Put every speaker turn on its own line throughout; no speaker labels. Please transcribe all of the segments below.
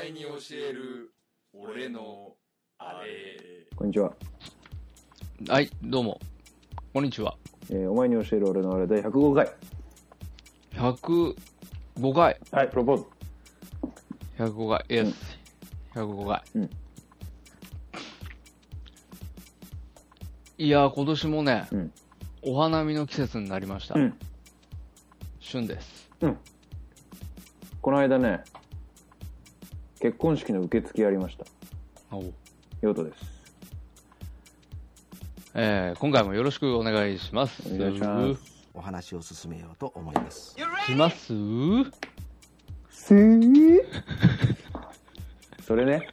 える俺のあれ
こんにちは。
はい、どうも。こんにちは。
えーお前に教える俺のあれ第105回。
105回。
はい、プロポーズ。
105回。イエス。105回。
うん
いやー、今年もね、
うん
お花見の季節になりました。
うん。
旬です。
この間ね、結婚式の受付やりました。
お
ヨトです。
えー、今回もよろしくお願いします。
お願いしま
お話を進めようと思います
します
すー それね。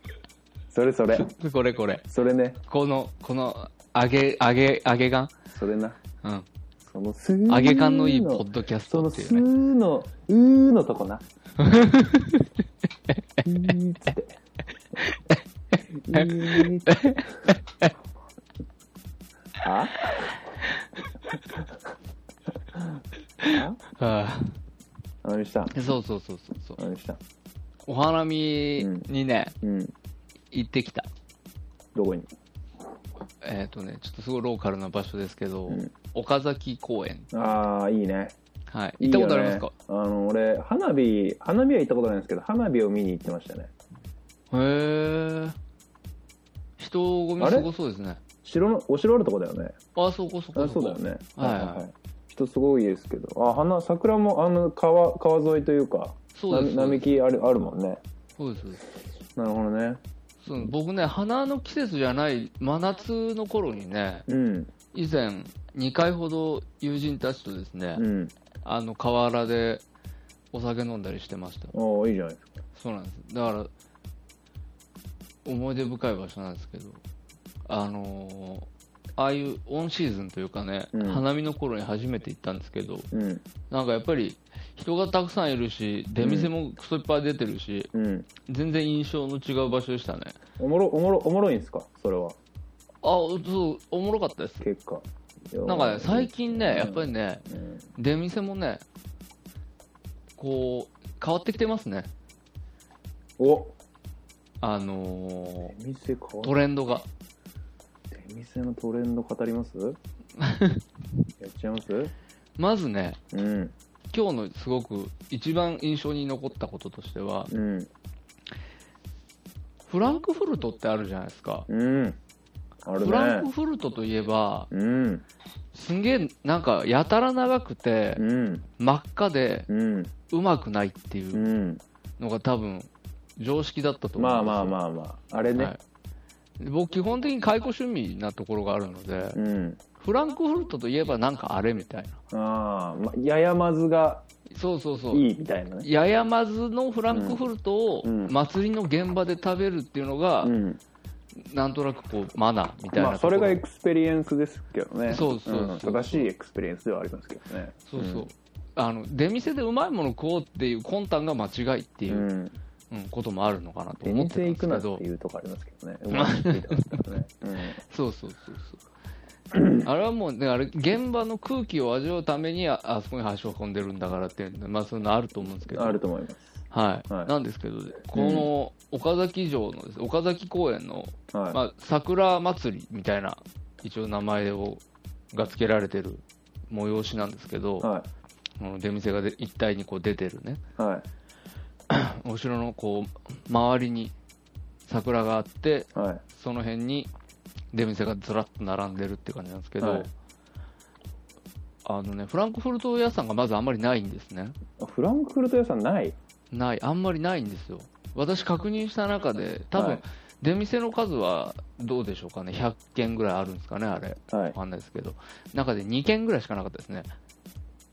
それそれ。
これこれ。
それね。
この、この、揚げ、揚げ、揚げ感
それな。
うん。
そのすー
揚げ感のいいポッドキャス
そ
ト
の
ってい
す
う
ー
ね。
の、うーのとこ な。いーっつって。いーっつって。 あ
あ
何した
ーそうそうそうそうそう。
何した
お花見にね、
うん。
行ってきた。
どこに
えっ、とね、ちょっとすごいローカルな場所ですけど、
うん
岡崎公園。
ああ、いいね。
はい。
いい
行った
よ
ことありますか
ね、あの、俺、花火、花火は行ったことないんですけど、花火を見に行ってましたね。
へえ。人混みすごそうですね。
城の、お城あるとこだよね。
あそこそこ
あ
そ
そ
こ。
うだよね。
はいはい
い。人すごいですけど。あ、花、桜も、あの、川、川沿いというか、
そうです
な並木ある、あるもんね。
そうですそうです。
なるほどね。
そう僕ね、花の季節じゃない真夏の頃にね、
うん。
以前、2回ほど友人たちとですね、
うん。
あの河原でお酒飲んだりしてました。
おーいいじゃないですか。
そうなんです。だから、思い出深い場所なんですけど、あのーああいうオンシーズンというかね、
うん
花見の頃に初めて行ったんですけど、
うん。
なんかやっぱり人がたくさんいるし、出店もクソいっぱい出てるし、
うん。
全然印象の違う場所でしたね。
おもろ、おもろ、おもろいんですかそれは。
あ、そう、おもろかったです。
結果。いや
なんかね、最近ね、やっぱりね、
うん
出店もね、こう、変わってきてますね。
お
あの
出店変
ー
わ
ト
っ
レンドが。
出店のトレンド語ります やっちゃいます
まずね、
うん。
今日のすごく一番印象に残ったこととしては、
うん。
フランクフルトってあるじゃないですか。
うん。あるね。
フランクフルトといえば、
うん。
すんげえなんかやたら長くて、
うん。
真っ赤で
うん。。
うまくないっていううんのが多分常識だったと思う
まあ
んですよ。
まあまあまあ。あれね。
はいで僕基本的に解雇趣味なところがあるので、
うん。
フランクフルトといえばなんかあれみたいな。
ああ、ま、ややまずが
そうそうそう。
いいみたいなね。
ややまずのフランクフルトを
うんうん
祭りの現場で食べるっていうのが、
ん。
なんとなくこうマナーみたいな
まあ、
とこ
そ
ろ、
れがエクスペリエンスですけどね。
そうそうそうん
正しいエクスペリエンスではありますけどね。
そうそう、あの出店でうまいもの食おうっていう魂胆が間違いっていうう、
ん。
うんこともあるのかなと
出
思ってた
店
ん
行く
ですけ
なっ
ど
ていうとこありますけどね。うまくいってますからね。
そうそうそうそうあれはもうねあれ現場の空気を味わうためにああそこに足を運んでるんだからっていうのまあそういうのあると思うんですけ
うん。
ど
あると思います。
はい、
はい
なんですけどこの岡崎城のです岡崎公園の、
はい。
まあ、桜祭りみたいな一応名前をが付けられてる催しなんですけど、
は
この出店がで一体にこう出てるね
い。は
お城のこう周りに桜があって
い。はい。
その辺に出店がずらっと並んでるって感じなんですけど、
はい
あのねフランクフルト屋さんがまずあんまりないんですね
あフランクフルト屋さんない
ないあんまりないんですよ私確認した中で多分、
はい
出店の数はどうでしょうかね100件ぐらいあるんですかねあれ
はい
わ。かんないですけど中で2件ぐらいしかなかったですね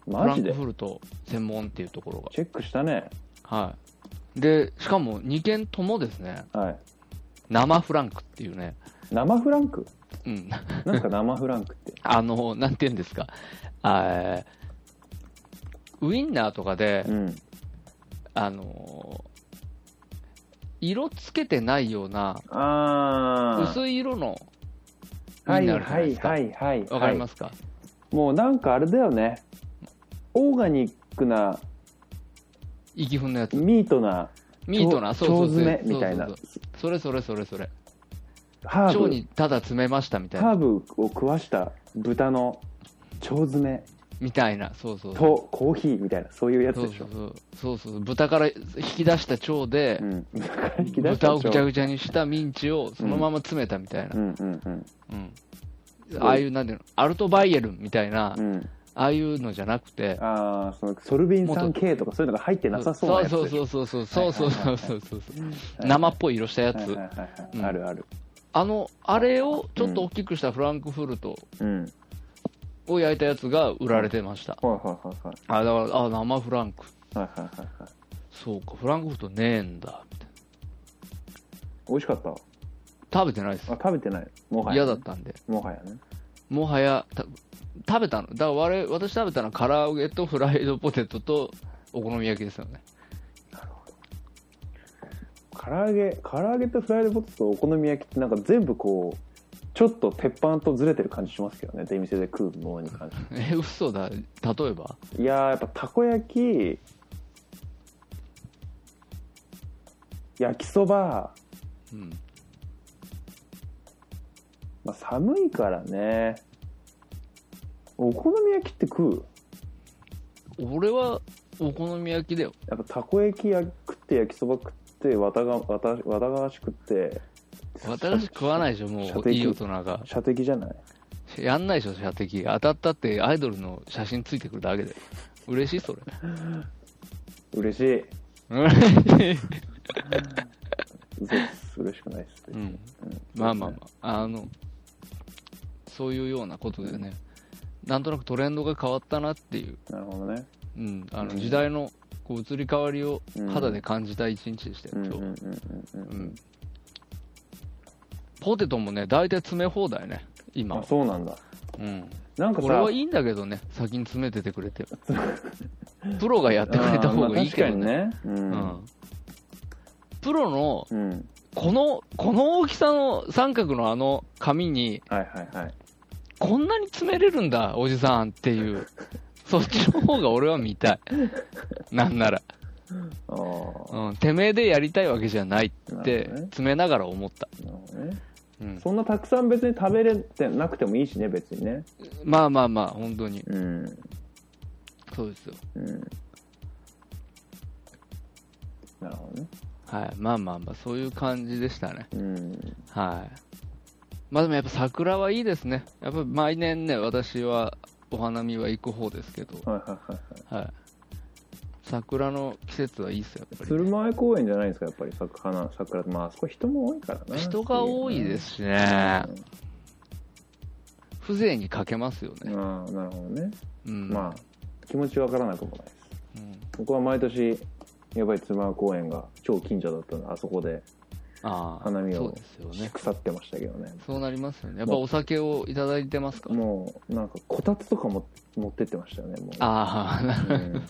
フ
マ
ラ
ジ
ン
で
クフルト専門っていうところが
チェックしたね。
はいでしかも2件ともですね
はい。
生フランクっていうね、
生フランク
うん、
なんすか生フランクって。
あの、なんて言うんですか、あーウインナーとかで、
うん。
あのー、色つけてないような、
ああ。
薄い色のウイ
は
ン
い
ナーあるじゃな
はい
で
い
すか。
はいはい。。
わかりますすか、
もうなんかあれだよね。オーガニックな
息憤のやつ。
ミートな
ミートな、
腸
そうそうそう。
腸詰めみたいな
そうそうそうそれそれそれそれ。
ハ
腸
ー
にただ詰めましたみ
ブ
たい
ハ
な。
ーブを食わした豚の腸詰め
みたいな、そうそうそう。
とコーヒーみたいなそういうやつ
そう
でし
そ
ょ
うそうそうそうそう豚から引き出した腸で、
うんだから引き出した
豚をぐちゃ
腸
ぐちゃにしたミンチをそのまま詰めたみたいな
う、んうんうん
うんああいうなんていうのアルトバイエルンみたいな、
うん
ああいうのじゃなくて
ああそのソルビン酸系とかそういうのが入ってなさそうなやつ
そうそうそうそうそうそうそうそうそう
い
生っぽい色したや
はい
つ
はいはいはい
うん
あるある
あのあれをちょっと大きくしたフランクフルト
うん
を焼いたやつが売られてました
はいはいはいはい
あだからあ生フランク
はいはいはいはい
そうかフランクフルトねえんだみたいな
美味しかったあ
食べてないです
食べてないもはや
嫌だったんで
もはやね
もはやた食べたのだから我々私食べたのは唐揚げとフライドポテトとお好み焼きですよね
唐揚げ唐揚げとフライドポテトとお好み焼きってなんか全部こうちょっと鉄板とずれてる感じしますけどね出店で食うものに関し
え嘘だ例えば
ていやーやっぱたこ焼き焼きそば、
うん
まあ、寒いからねお好み焼きって食う
俺はお好み焼きだよ
やっぱたこ焼きや食って焼きそば食ってわたがわたわたがわし食って
私食わないでしょも
射
う
的
いい大人が
射的じゃない
やんないでしょ射的当たったってアイドルの写真ついてくるだけで嬉 しいそれ
嬉しい
嬉しい
嘘です嬉しくないです、
うんまあまあまああのそういうようなことでね、なんとなくトレンドが変わったなっていう、
なるほどね
うん、あの
うん
時代のこう移り変わりを
うん
肌で感じた一日でしたよ
うんうんう
今日、
んうんうん
うんポテトもね大体詰め放題ね今
あ
は、
そうなんだ
うん、
なんかさ
これはいいんだけどね、先に詰めててく れて。プロがやってくれた方がいいけどね。
あーまあ確かにね
う、んプロの、
うん、うん
この、この大きさの三角のあの紙に、
はいはいはい
こんなに詰めれるんだ、おじさんっ ていう。そっちの方が俺は見たい。なんなら。
ああ
うん、てめえでやりたいわけじゃないっ
なる
て、
ほどね
詰めながら思った。
なるほどね
うん、
そんなたくさん別に食べれてなくてもいいしね別にね
まあまあまあ、本当に。
うん
そうですよ。
うんなるほどね
はい。まあまあまあ、そういう感じでしたね。
うん
はい。まあでもやっぱ桜はいいですね。やっぱ毎年ね、私はお花見は行く方ですけど、
はいはいはいはい
はい。桜の季節はいいっすよ、やっぱり
鶴舞公園じゃないですかやっぱり桜花桜まああそこ人も多いからな
ね。人が多いですしね。風情に欠けますよ
うん
ね。
ああなるほどね、
うん。
まあ気持ちわからなくもないです
うん
僕は毎年やばい鶴舞公園が超近所だったのであそこで
ああ、
花見を
そうですよね。
腐ってましたけどね
そうなりますよね。やっぱお酒をいただいてます か
もうなんかこたつとかも持ってってましたよねもう
ああ、な
う
る
ん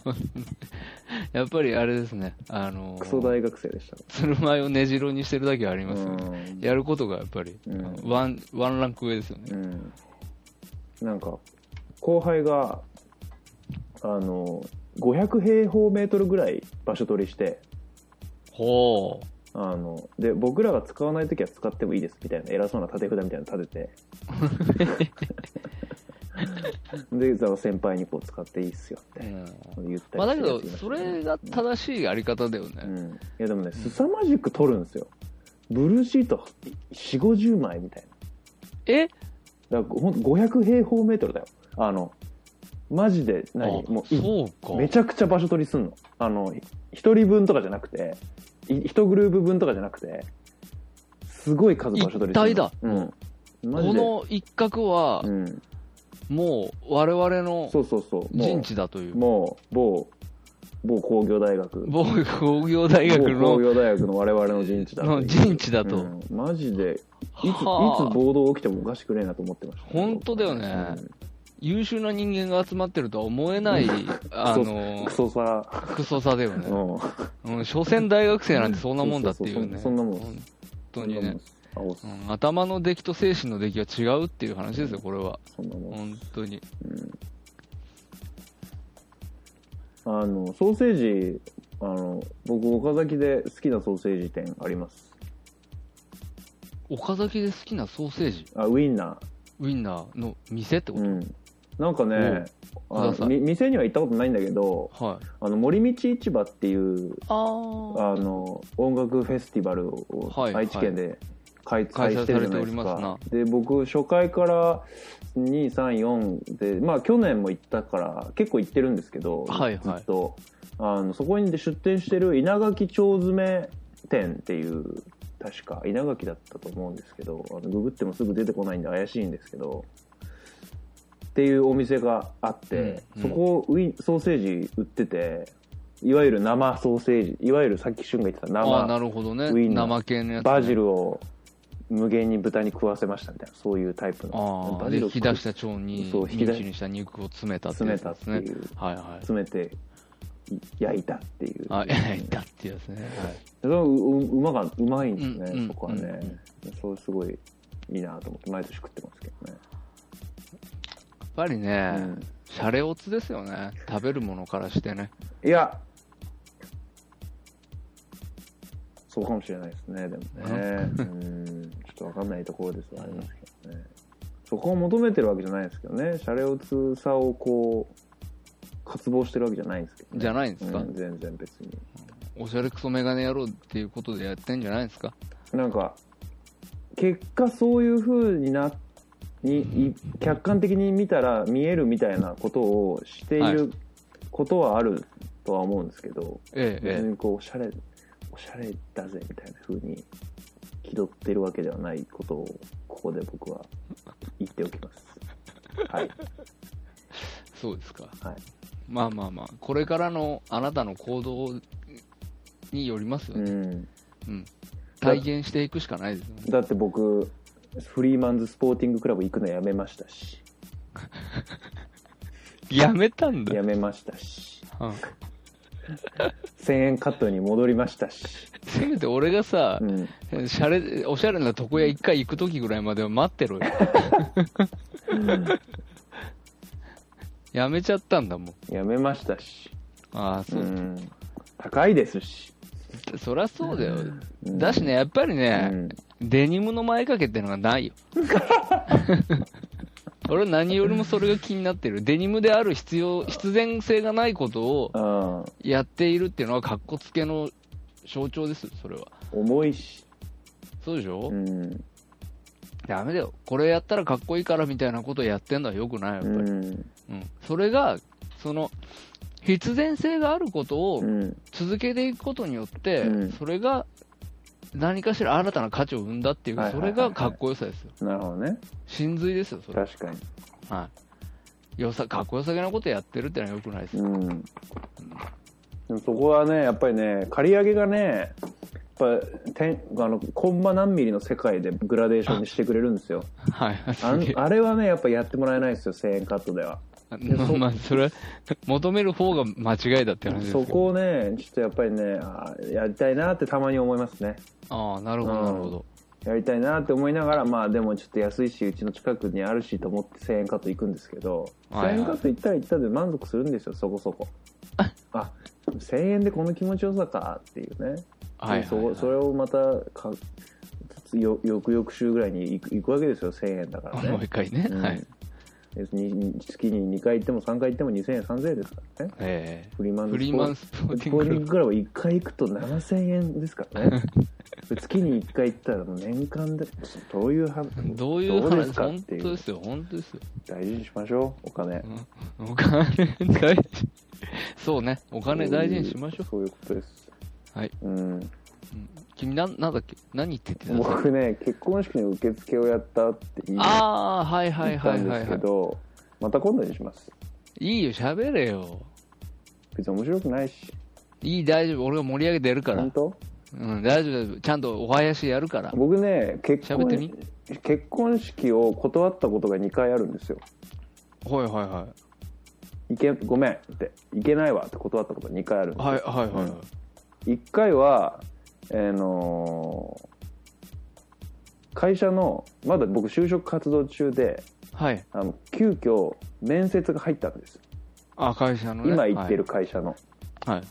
やっぱりあれですね。あのー
クソ大学生でした
鶴舞を根城にしてるだけはありますよね。
うん
やることがやっぱり、
うん
あのワンワンランク上ですよね。
うんなんか後輩があの500平方メートルぐらい場所取りして
ほう。
あので僕らが使わない時は使ってもいいですみたいな偉そうな縦札みたいなの立て てでその先輩にこう使っていいっすよって言ったり
まあ、だ
し
け
てや
ど
っていまし、た
そ
ね
れが正しいやり方だよ
う
ね。
ん、いやでもね凄まじく取るんですよブルーシート4 5 0枚みたい
え
なだからほんと500平方メートルだよあのマジで
あ
何もうい
そうか。
めちゃくちゃ場所取りすんのあの1人分とかじゃなくて1グループ分とかじゃなくてすごい数場所取りするの
一体だ
うんマジ
こ
で
の一角は
う、ん、
もう我々の
そうそうそうもう
陣地だという。
もう某某工業大学
某工業大学
某工
の
業大学の我々の陣地だとい
の
う
陣地だと。
うんマジでいつ,、
はいあ
つ暴動起きてもおかしくねえなと思ってました、
本当だよね優秀な人間が集まってるとは思えない、あ
うん
の
ク、ソさ、
クソさだよ
う
ね。
ん、
うん、所詮大学生なんてそんなもんだっていう
そうそうそ
ね。
うそんなもんです
本当にね。
そんなもんです
うん頭の出来と精神の出来は違うっていう話ですよ、これは。
あそんなもん
本当に。
あのソーセージあの、僕、岡崎で好きなソーセージ店あります。
岡崎で好きなソーセージ、
あ、ウインナ
ウインナーの店って
ー。
こ
うん。なんかね、
うん
あ
ください
み店には行ったことないんだけど、
とはい。
あの、森道市場っていう、あ
ああ。
の、音楽フェスティバルを
はい
愛知県で開開
開催
催してるじゃないです
されておりま
か。で、僕、初回から2、3、4で、まあ、去年も行ったから、結構行ってるんですけど、
はいはい
ずっと。あの、そこにで出店してる稲垣腸詰め店っていう、確か稲垣だったと思うんですけど、あのググってもすぐ出てこないんで怪しいんですけど、っていうお店があって、
うん
そこウィンソーセージ売ってていわゆる生ソーセージいわゆるさっき俊が言ってた
ああ、な
生
るほどね。
ウインナー
生系のやつ、ね。
バジルを無限に豚に食わせましたみたいなそういうタイプの
ああ、
バ
で
ジルを
引き出した腸に、
そう
ミ
引
ン
き出
チにした肉を詰めたって
詰
や
め
つ
たっ
です
て
ね
い。う
はいはい。
詰めて焼いたっていう
あ、えいたっていうやつね。
それはうううまがうまいんですね、
うんうん
そこはね、
うんうん
それすごいいいなと思って毎年食ってますけどね、
やっぱりね、
うん
シャレオツですよね。食べるものからしてね。
いや、そうかもしれないですね、でもね。うん、ちょっとわかんないところですはありますけどね。そこを求めてるわけじゃないですけどね、シャレオツさをこう、渇望してるわけじゃないんですけど、ね。
じゃないんですか
うん全然別に。
おしゃれクソメガネ野郎っていうことでやってんじゃないですか。
なんか、結果そういう風にな、に、い客観的に見たら見えるみたいなことをしてい
は
ることはあるとは思うんですけど、
ええ、
別
ええ。
にこうおしゃれおしゃれだぜみたいな風に気取ってるわけではないことをここで僕 は言っておきますはい
そうですか。
はい
まあまあまあ、これからのあなたの行動によりますよ
う
ね。
ん
うん。体現していくしかないですよね。
だって僕フリーマンズスポーティングクラブ行くのやめましたし
やめたんだ。
やめましたし
うん
1000円カットに戻りましたし、
せめて俺がさ
う、ん、
シャレ、おしゃれな床屋一回行く時ぐらいまでは待ってろよ。 やめちゃったんだもん。
やめましたし、
ああ、そうう。
ん、高いですし、
そりゃそうだよ。
うん
だしね、やっぱり
う
ね、
ん、
デニムの前掛けっての がないよ。俺は何よりもそれが気になってる。デニムである必要、必然性がないことを
あー
やっているっていうのは、格好つけの象徴です、それは。
重いし、
そうでしょ、
うん
ダメだよ。これやったらかっこいいからみたいなことをやってんのは良くない、やっぱ
う
り。
ん
うん、それが、その、必然性があることを
うん、
続けていくことによって、
うん
それが何かしら新たな価値を生んだっていう、
はいはい
そ
はいは
れ
い
がかっこよさですよ。
なるほどね
真髄ですよ、それは。
確かに
はい。よさ、かっこよさげなことやってるってのは良くない です。
うん、でもそこはねやっぱりね刈り上げがねやっぱ天あのコンマ何ミリの世界でグラデーションにしてくれるんですよ
はい。
あ
す
ん
げえ。
あれはねやっぱやってもらえないですよ1000円カットでは
ま あまあ、それは、求める方が間違いだって話です
そ
よ。
こをねちょっとやっぱりねあーやりたいなってたまに思いますね
ああ、なるほど、なるほど。
やりたいなって思いながらまあでもちょっと安いしうちの近くにあるしと思って1000円カット行くんですけど、
はいはい
1000円カット行ったら行ったで満足するんですよそこそこあ1000円でこの気持ちよさかっていうね
はいはい、は
そ
い。
それをまたかよ翌々週ぐらいに行く行くわけですよ1000円だから
もう
ね
一、回ね。
うん
はい。
別に月に2回行っても3回行っても2000円3000円ですからね
え
フリーマ
え
ン
フリーマンスポー
ス
ティ
ポーティ
ングクラ
ン
ブ
グクラブ1回行くと7000円ですから ね月に1回行ったらもう年間でどういうは
どういう
どうで
話
すかっ
本
てい
当
う
ですよ、本当ですよ。
大事にしましょうお金
お金大事。そうね、お金大事にしましょ
そういうことです
はい、
うん、
う。うん君なん、なんだっけ何言ってた
僕ね結婚式の受付をやったって言い
ああ、はいは
言
い
った
はい
ん
は
です
い、
け
は
ど、また今度にします
い。いいよ、喋れよ。
別に面白くないし
いい、大丈夫。俺が盛り上げてやるから
本。当
うん、大丈夫、大丈夫。ちゃんとお囃子やるから。
僕ね結
喋ってみ
婚結婚式を断ったことが2回あるんですよ
はいはいはい
けごめんっていけないわって断ったことが2回あるんです
い。
よ、
はいはいはい。
1回はえーのー会社のまだ僕就職活動中で
はい。
あの急遽面接が入ったんです
あ、会社のね。
今行ってる会社の、
はい。はい。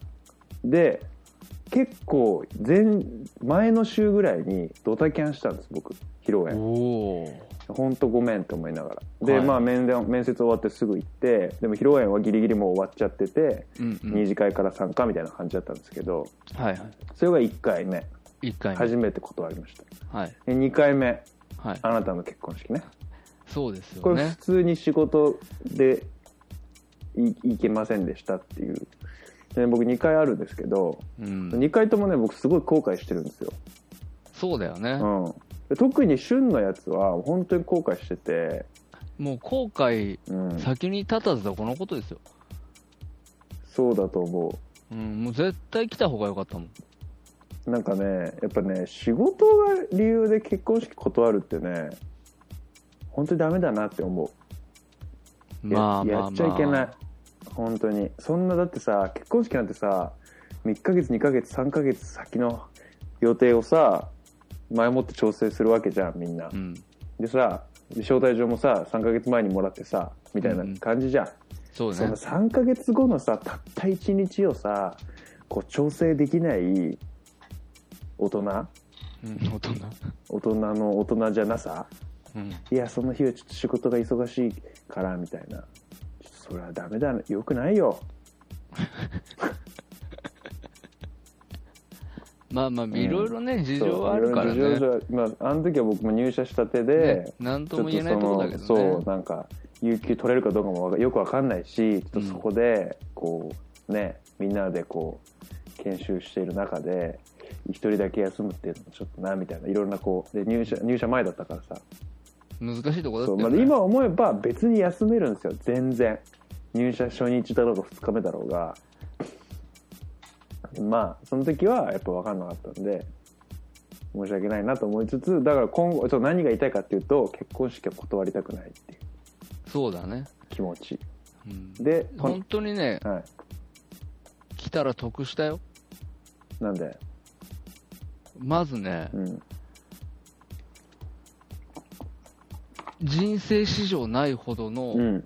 で結構前前の週ぐらいにドタキャンしたんです僕披露宴
おー
本当ごめんと思いながらで、
はい
まあ面談面接終わってすぐ行ってでも披露宴はギリギリもう終わっちゃってて、
うんうん
二次会から参加みたいな感じだったんですけど
はいは
それが1回目
い1回目
初めて断りました
はい
で2回目
はい
あなたの結婚式ね
そうです
こ
よ
れ普
ね
通に仕事でいいけませんでしたっていうで僕2回あるんですけど
うん
2回ともね僕すごい後悔してるんですよ、
そうだよね
うんで、特に旬のやつは本当に後悔してて、
もう後悔
うん、
先に立たずだこのことですよ
そうだと思
うんもう絶対来た方が良かったもん
うなんかねやっぱね仕事が理由で結婚式断るってね本当にダメだなって思うや
まあまあまあ
やっちゃいけない本当にそんなだってさ結婚式なんてさ1ヶ月2ヶ月3ヶ月先の予定をさ前もって調整するわけじゃんみんな、
うん
でさで招待状もさ3ヶ月前にもらってさみたいな感じじゃん、
そう
そ
ね
の3ヶ月後のさたった1日をさこう調整できない大人
うん大人
大人の大人じゃなさ
うん
いやその日はちょっと仕事が忙しいからみたいなちょっとそれはダメだねよくないよ
まあまあ
ん
いろいろね事
そう
情はあるから
いろいろ事
ね
情がまあ、あの時は僕も入社したてで、
何
ち
と
ょ
も
っ
言え
と
ないと
そ
ころだ
の、
けど
そ
ね
うなんか有給取れるかどうかもわかよくわかんないしちょっとそこでこう、ねみんなでこう研修している中で一人だけ休むっていうのもちょっとなみたいないろんなこうで入社入社前だったからさ
難しいところだ
そ
っ
う、
た
まあ、
よね
今思えば別に休めるんですよ全然入社初日だろうが2日目だろうがまあその時はやっぱ分かんなかったんで申し訳ないなと思いつつだから今後ちょっと何が言いたいかっていうと結婚式は断りたくないっていう
そうだね
気持ち
うん
でこ
本
ん
当にね
はい
来たら得したよ
なんで
まずね
うん
人生史上ないほど
う
の
ん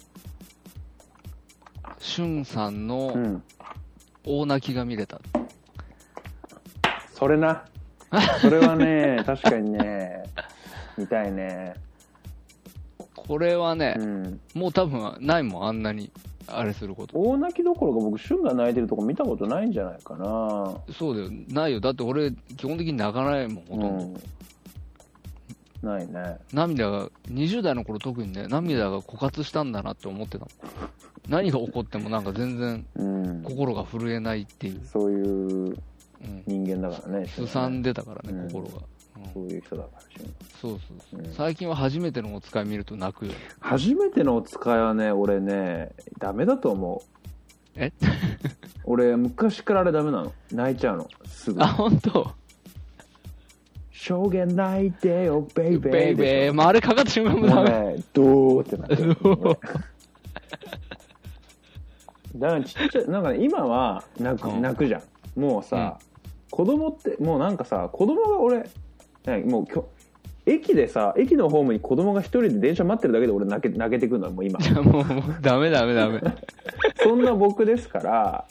しゅんさんの
うん
大泣きが見れた
それなそれは ね確かにね見たいね
これはね
うん
もう多分ないもんあんなにあれすること
大泣きどころか僕旬が泣いてるとこ見たことないんじゃないかな
そうだよないよだって俺基本的に泣かないもんほとんど、
うん、ないね
涙が20代の頃特にね涙が枯渇したんだなって思ってたもん何が起こってもなんか全然
うん
心が震えないっていう、
そういう
うん、
人間だからね
すさん
で
でたから
う
ね
ん
心が、うん
そういう人だから旬
そうそうそう、
うん
最近は初めてのお使い見ると泣くよ
初めてのお使いはね俺ねダメだと思う
え
俺昔からあれダメなの泣いちゃうのすぐ
あ本当
証言泣いてよベイベー
ベイベー、まあ、あれかかった瞬間も
も
ダ
う
メ
ねドーってなってる
ドー
だからちっちゃいなんかね今は泣く,、
うん
泣くじゃんもうさ、子供ってもうなんかさ子供が俺ねもうきょ駅でさ駅のホームに子供が一人で電車待ってるだけで俺泣け泣けてくるのもう今
もうもうダメダメダメ
そんな僕ですから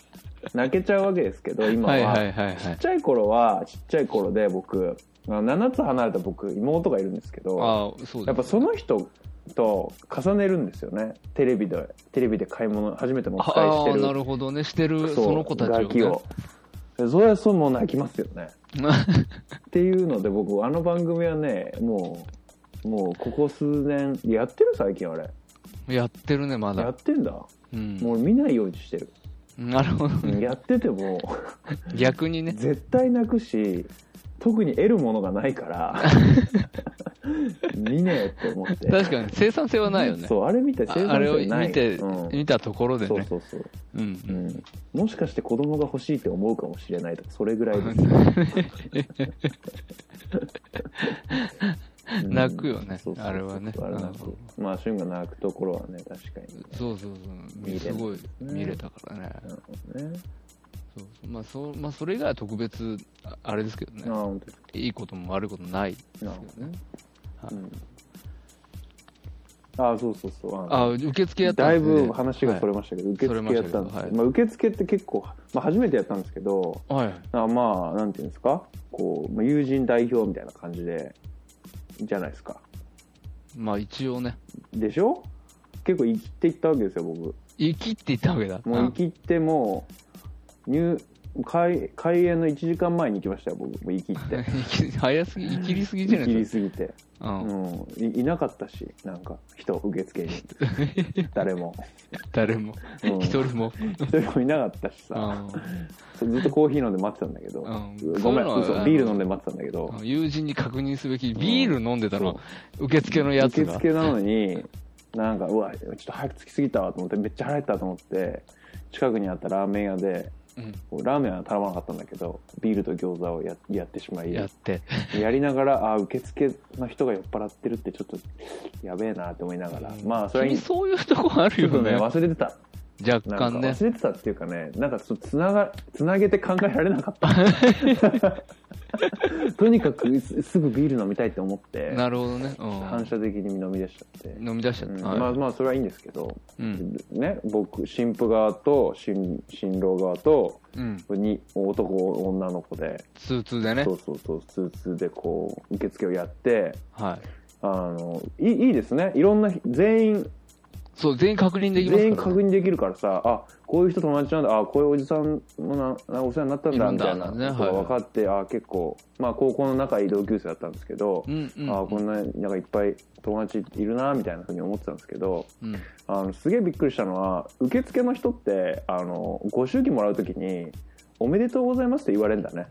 泣けちゃうわけですけど今は,、
はいはいはいはい
ちっちゃい頃はちっちゃい頃で僕あの7つ離れた僕妹がいるんですけど
ああそうだ
やっぱその人と重ねるんですよねテレビでテレビで買い物初めてのお使い
あ
して
あ
る
なるほどねしてる
そう
その子たちをね
ガキをそれはそうもう泣きますよねっていうので僕あの番組はねもうもうここ数年やってる最近あれ
やってるねま
や
だ
ってんだ
うん
もう見ないようにしてる
なるほどね
やってて も
逆にね
絶対泣くし特に得るものがないから 見ねえって思って
確かに生産性はないよね
そうあれ見て
あ
生産性ない
あれを見て、
うん
見たところで
そう
ね
そうそう
うん
う
うん
んもしかして子供が欲しいって思うかもしれないとかそれぐらいですうん
泣くよね
そうそうそう
あれはね
あれ泣くまあ旬が泣くところはね確かに
そうそう
見
そ
れる
うすごい見れたからね
なるほどね
そうそうまあそうまあそれ以外は特別ああれですけど
ああ
ね
本当
いいことも悪いこともないですけど
なるほど
ね
うんあそうそうそう。あの
あ、受付やった
だい
んですね
ぶ話がそれましたけど、受
それ
付
まし
や
た
っ
けど
たんですけど、
はい
まあ、受付って結構、まあ、初めてやったんですけど、
はい。
あまあ、なんていうんですか、こう、まあ、友人代表みたいな感じで、じゃないですか。
まあ一応ね、
でしょ結構生きていったわけですよ、僕。
生きって言ったわけだ。
もう生きってもう、入、開、開演の1時間前に行きましたよ、僕。もう生きって。
生き早すぎ、生きりすぎじゃ
生
ない
き
で
り
す
すぎて。
か。うん。
うん、いいなかったし、なんか、人、受付 に。誰も。
誰も、
うん
一人も。
一人もいなかったし
う
さ、
ん
そうずっとコーヒー飲んで待ってたんだけど、
うん
ごめん、
そういうのは
嘘
あの
ビール飲んで待ってたんだけど、
友人に確認すべき、ビール飲んでたの
そ、
受付のやつ
受
が。
付なのに、なんか、うわ、ちょっと早く着きすぎたわと思って、めっちゃ腹減ったと思って、近くにあったラーメン屋で、
うん
こうラーメンは頼まなかったんだけど、ビールと餃子をややってしまい、
や
や
って。
りながら、あ受付の人が酔っ払ってるって、ちょっとやべえなって思いながら、まあ、それはい
君
い。ち
そういうとこある
ょっ
よ
とね、
ね。
忘れてた。
若
なんか
干ね。
忘れてたっていうかね、なんかそうつなが、つなげて考えられなかった。 とにかくすすぐビール飲みたいって思って、
なるほどね。うん
反射的に飲み出しちゃって。
飲み出しちゃ
う
っ
ん
た。
まあ
はい
まあそれはいいんですけど、
うん。
ね、僕新婦側と新新郎側と
うん。
に男女の子で
ツーツーでね
そ。うそうそうスーツでこう受付をやって
はい。
あのいいいいですねいろんな全員
そう、全員確認できますからね。
全員確認できるからさあこういう人友達なんだあこういうおじさんもななお世話になったん
い
だ
るん
みた
だ
いな
ね
ことが分かって、あ結構、まあ、高校の仲いい同級生だったんですけど、
うんうん
あこんななんかいっぱい友達いるなみたいなふうに思ってたんですけど
うん。
あのすげえびっくりしたのは受付の人ってあのご祝儀もらうときに「おめでとうございます」って言われるんだね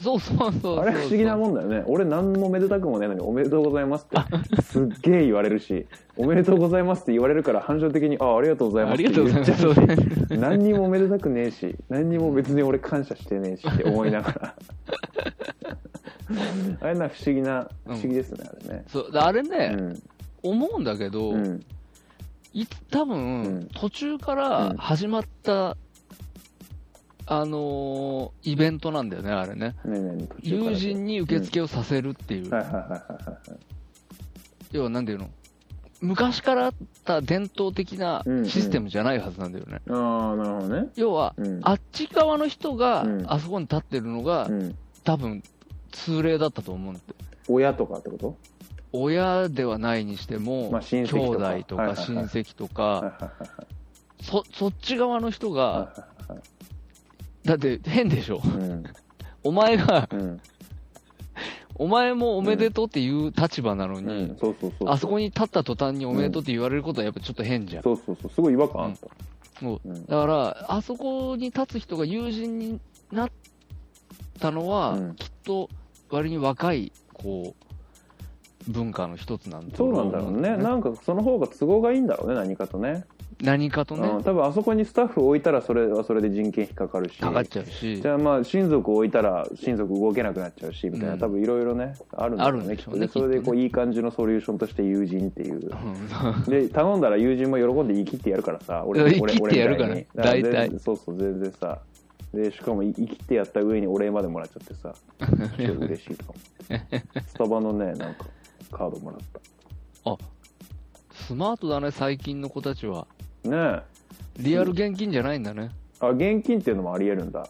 そうそうそうそう。
あれ不思議なもんだよね俺何もめでたくもねえのに「おめでとうございます」 ってすっげえ言われるし「おめでとうございます」って言われるから反射的に「あありがとうございます」
あ
っ
り
て
がとうござ
言っ
い
ち
ま
ゃう
す。
何にもめでたくねえし何にも別に俺感謝してねえしって思いなが らあれな不思議な不思議ですねあれね
そうであれね、
うん
思うんだけど、
うん
い多分、
うん
途中から始まった、あのーイベントなんだよね、あれね。
ねえねえ途中から
友人に受付をさせるっていう、
はいはいはいはいはい
要はなんていうの、昔からあった伝統的なシステムじゃないはずなんだよね。
ああなるほどね
要は、
うん
あっち側の人が
うん
あそこに立ってるのが、
うん
多分通例だったと思うんだって
親とかってこと
親ではないにしても、
まあ親
兄
戚とか
弟と
はいは
か
いはい
親戚と
はい
か、
はいはい
そそっち側の人
は
が、だって変でしょ、
いうん
お前が、
うん
お前もおめでとうっていう立場なの
う
に
ん、そうそうそう
あそこに立った途端におめでとうって言われることはやっぱちょっと変じゃん。
そうそうそうすごい違和感あった
も
う
う
ん
だから、あそこに立つ人が友人になったのは、
うん
きっと割に若い、こう、文化の一つなんだ
そうなんだろうねなんかその方が都合がいいんだろうね何かとね
何かとね、
うん多分あそこにスタッフ置いたらそれはそれで人件費かかるし
かかっちゃうし
じ、ゃあまあ親族置いたら親族動けなくなっちゃうしみたいな、
うん
多分いろいろねあるんだろう
あるん
ね
でしょ
き
う
っ
ね
とねそれでこ
きっと
う
ね
いい感じのソリューションとして友人って いう
うん
で頼んだら友人も喜んで言い切ってやるからさ俺
いや
俺
言い切ってやるから
俺みたいに
大体
全そうそう全然さでしかも言い切ってやった上にお礼までもらっちゃってさ ちょっと嬉しいとか思ってスタバのねなんかカードもらっ
スマートだね、最近の子たちは。
たねえ
リアル現金じゃないんだね。
あ現金っていうのもありえるんだ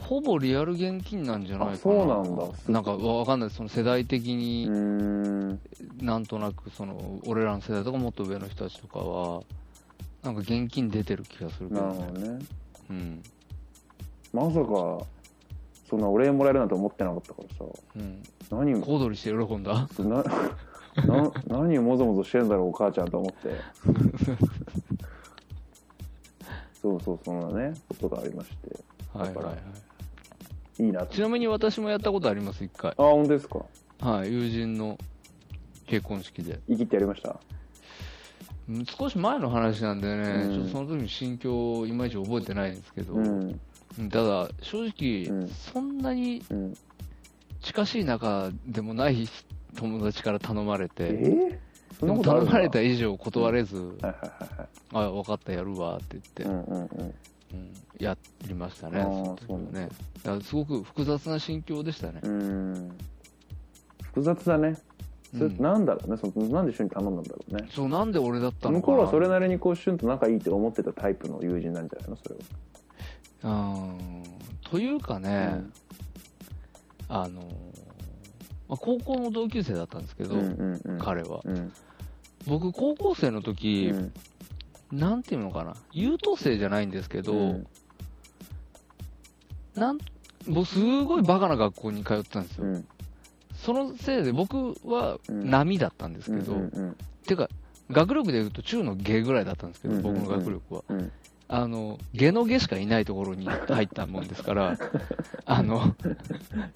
ほぼリアル現金なんじゃないかな。
あそうなんだ
なんかわかんない、その世代的
う
に
ー、ん
なんとなく、その、俺らの世代とかもっと上の人たちとかは、なんか現金出てる気がするけ
な
ど
る
ね
ほどね
うん。
まさかそんなお礼もらえるなんて思ってなかったからさ
うん。
何を
小躍りして喜んだ
な な何をもぞもぞしてんだろうお母ちゃんと思ってそうそうそんなねことがありまして
はいはいはい。
いいな
ち
と。
なみに私もやったことあります、一回。
あ、本当ですか。
はい、友人の結婚式で。
生きってやりました。
うん少し前の話なんでね、
うん
ちょっとその時の心境をいまいち覚えてないんですけど、
うん。
うんただ、正直、
うん
そんなに
うん。
近しい仲でもない友達から頼まれ
え
て、
ー、そ
で
んな
も
ことあ
頼
るんだ
まれた以上断れず、
はいはい
あ、分かった、やるわって言
はいは
っ
い。うんうんうん。
て、うんやりましたね、
あー
その時はね。だからすごく複雑な心境でしたね。
うーん。複雑だね。それ
うん
なんだろうね、そのなんで一緒に頼んだんだろうね
そうなんで俺だったの
向
かな
こうはそれなりにこうシュンと仲いいって思ってたタイプの友人なんじゃないのそれは
うんというかね、
うん
あのーまあ、高校の同級生だったんですけど、
うんうんうん
彼は
うん
僕高校生の時、
うん
なんていうのかな優等生じゃないんですけど、
うん
なん僕すごいバカな学校に通ってたんですよ、
うん
そのせいで僕は
うん
波だったんですけど、
うんうん
てか学力でいうと中の下ぐらいだったんですけど、
うんうんうん
僕の学力は
うん
あの下の下しかいないところに入ったもんですから あの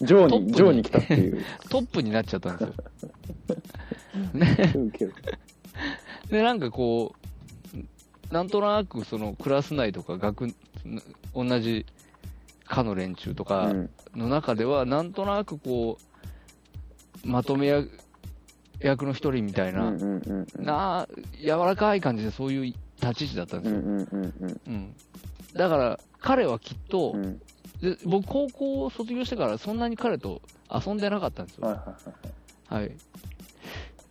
上
トップ
に
に
上に来たって いう
トップになっちゃった んですよね
ウケる
でなんかこうなんとなくそのクラス内とか学同じ科の連中と
う
か
ん
の中では、なんとなくこうまとめ役役の一人みたいな、
うんうんうんうん
なあ柔らかい感じでそういう立ち位置だったんで
う
す
ん
よ、
うんうんうん
うんだから彼はきっと、
うん
で僕高校を卒業してからそんなに彼と遊んでなかったんですよ
はいはいはい
はい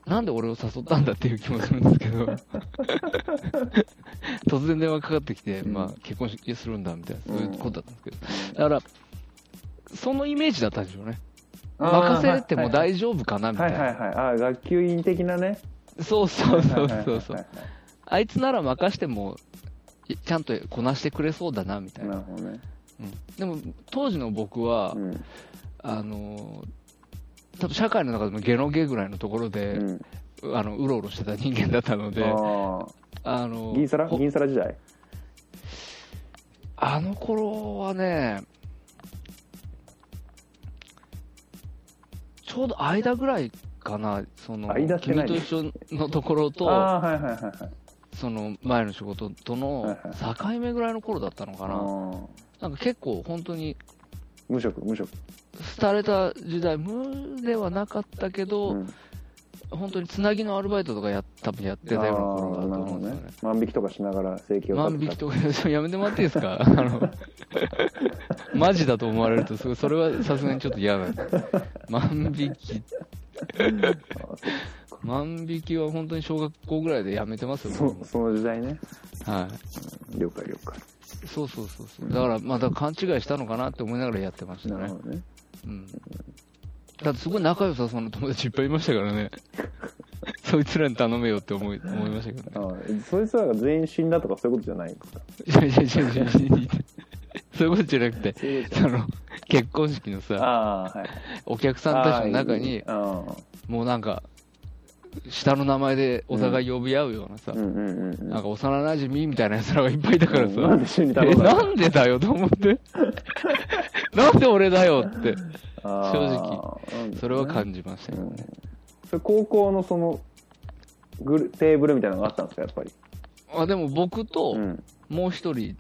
なんで俺を誘ったんだっていう気もするんですけど 突然電話かかってきて、
うん
まあ、結婚しするんだみたいなそういうことだったんです
うん
けど、だからそのイメージだったんでしょうね
あー
任せても大丈夫かなみた
はいい
な、
はいはいああ学級委員的なね
そうそうそう
はいはいはい
そう
は
そう
い
あいつなら任しても、いちゃんとこなしてくれそうだな、みたい
な
な。
るほどね
うんでも、当時の僕は、
うん
あのー、多分社会の中でもゲノゲぐらいのところで、
うん
あの、うろうろしてた人間だったので、あ
ああ
のー、
銀皿
ほ
銀皿時代
あの頃はね、ちょうど間ぐらいかな、その、
間って
君
何
と一緒のところ
あ
と、
あーはいはいはいはい
その前の仕事と
はい
の境目ぐらいの頃だったのか
あ
な。
ー
なんか結構本当に
無職無職
廃れた時代無ではなかったけど、
うん
本当につなぎのアルバイトとかや多分やってたような頃だと思うんで
あーな
すよね。
るほど万引きとかしながら正規を
万
立
引
て
き
た
とか やめてもらっていいですかあのマジだと思われるとすごいそれはさすがにちょっと嫌なんで万引き
あー
万引きは本当に小学校ぐらいでやめてますよ
そ
僕
う
も
その時代ね
は
了解了解
い、そうそうそうそうだからまた勘違いしたのかなって思いながらやってました
なる
ね
ほどね
うんだってすごい仲良さそうな友達いっぱいいましたからね。そいつらに頼めよって思い思いましたけ
あ
どね。
ーそいつらが全員死んだとかそういうことじゃないから
いやいやいやいやいやそういうことじゃなくて、
そういうことじゃ
その、結婚式のさ、
ああはい
お客さんたちの中に、
あー
もうなんか、下の名前でお互い呼び合うようなさ、
うんうんうんうん
なんか幼馴染みみたいな奴らがいっぱいいたからさ、
なんで死んだ
え、
の
なんでだよと 思って。なんで俺だよって、
あーなんだろうね
それは感じましたけどね。
それ高校のそのグルテーブルみたいなのがあったんですかやっぱり
あでも僕と、
うん
もう一人